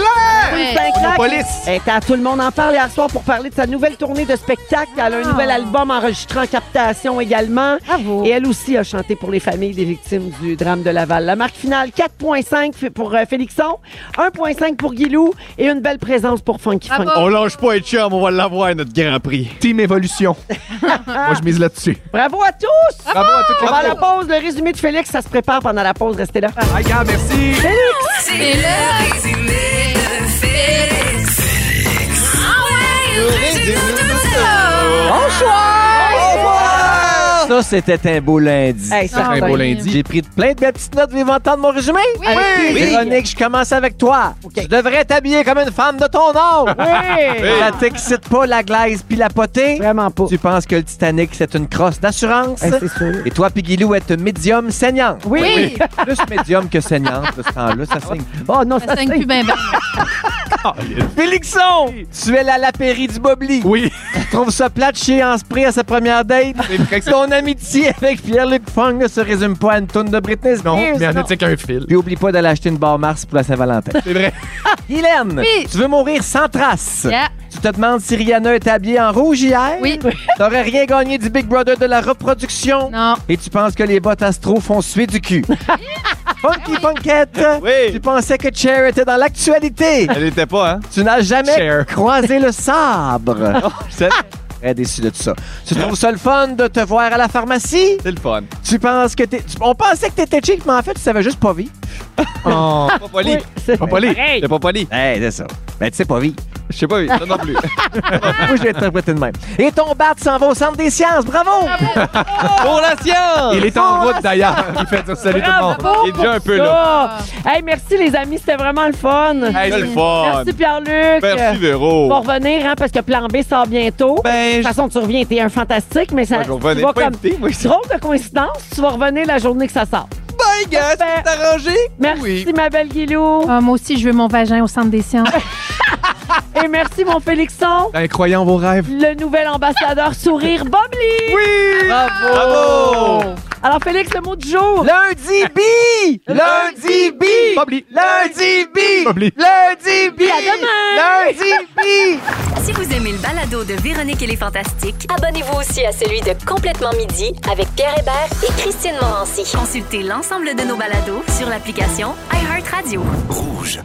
Ouais. Sinclair, Monopolis. Elle était à Tout le monde en parle hier soir pour parler de sa nouvelle tournée de spectacle. Elle a un nouvel album enregistré en captation également. Ah. Bravo. Et elle aussi a chanté pour les familles des victimes du drame de Laval. La marque finale, 4,5 f- pour euh, Félixon, 1,5 pour Guilou et une belle présence pour Funky Bravo. Funk. On lâche pas et chum, on va l'avoir, notre Grand Prix. Team Évolution. Moi, je mise là-dessus. Bravo à tous! Ah, Bravo à toutes On les va à la trois. pause. Le résumé de Félix, ça se prépare pendant la pause. Restez là. Ah, gars, merci! C'est le résumé de Félix. Ah ouais, le résumé de ça. Bonsoir! Ça, c'était un beau lundi. Hey, ça un fait. beau lundi. J'ai pris plein de belles petites notes vivant entendre mon résumé. Avec plaisir. Véronique, je commence avec toi. Tu devrais t'habiller comme une femme de ton âge. Oui. Ça t'excite pas la glaise puis la potée. Vraiment pas. Tu penses que le Titanic, c'est une crosse d'assurance. Hey, Eh, c'est sûr. Et toi, Pigilou, est médium saignante. Oui. Oui. Plus médium que saignante, de ce temps-là, ça saigne. Oh non, Ça saigne plus bien, ben. Félixon, tu es la lapérie du Bobli. Oui. Tu trouves ça plate chier en spray à sa première date. Ton amitié avec Pierre-Luc Fong ne se résume pas à une toune de Britney Spears. Non, mais elle ne tient qu'un fil. Puis oublie pas d'aller acheter une barre Mars pour la Saint-Valentin. C'est vrai. Hélène, Oui. tu veux mourir sans trace. Yeah. Tu te demandes si Rihanna était habillée en rouge hier. Oui. T'aurais rien gagné du Big Brother de la reproduction. Non. Et tu penses que les bottes astro font suer du cul. Funky Funkette, Oui. tu pensais que Cher était dans l'actualité. Elle était pas, hein? Tu n'as jamais Cher. Oh, croisé le sabre. Je sais, Très déçu de tout ça. Tu trouves ça le fun de te voir à la pharmacie? C'est le fun. Tu penses que t'es. tu- On pensait que t'étais cheap, mais en fait, tu savais juste pas vivre. Oh. Pas poli. Pas poli. Pareil. C'est pas poli. Hey, c'est ça. Ben, tu sais pas vivre. Je sais pas, ça non plus. Moi, je vais interpréter de même. Et ton bat s'en va au centre des sciences. Bravo! Pour la science! Il est en route d'ailleurs. Il fait dire salut tout le monde. Bravo Il est déjà un peu pour là. ça. Ah! Hey, merci les amis, c'était vraiment le fun. Hey, c'est le fun. Merci Pierre-Luc. Merci, Véro. Pour revenir, hein, parce que Plan B sort bientôt. de Ben, toute façon, tu reviens, t'es un fantastique, mais ça, Moi, je revenais tu vas pas comme... invité, moi. Drôle de coïncidence, tu vas revenir la journée que ça sort. ben, gars, Ben, c'est arrangé. Merci Oui. ma belle Guilou. Ah, moi aussi, je veux mon vagin au centre des sciences. Et merci mon Félixon, Incroyant vos rêves. le nouvel ambassadeur sourire Bob Lee. Oui! Bravo! Alors Félix, le mot du jour. Lundi bi! Lundi bi! Bobli. Lundi bi! Bobli. Lundi bi! À demain! Lundi bi! Si vous aimez le balado de Véronique et les Fantastiques, abonnez-vous aussi à celui de Complètement Midi avec Pierre Hébert et Christine Morancy. Consultez l'ensemble de nos balados sur l'application iHeartRadio. Rouge.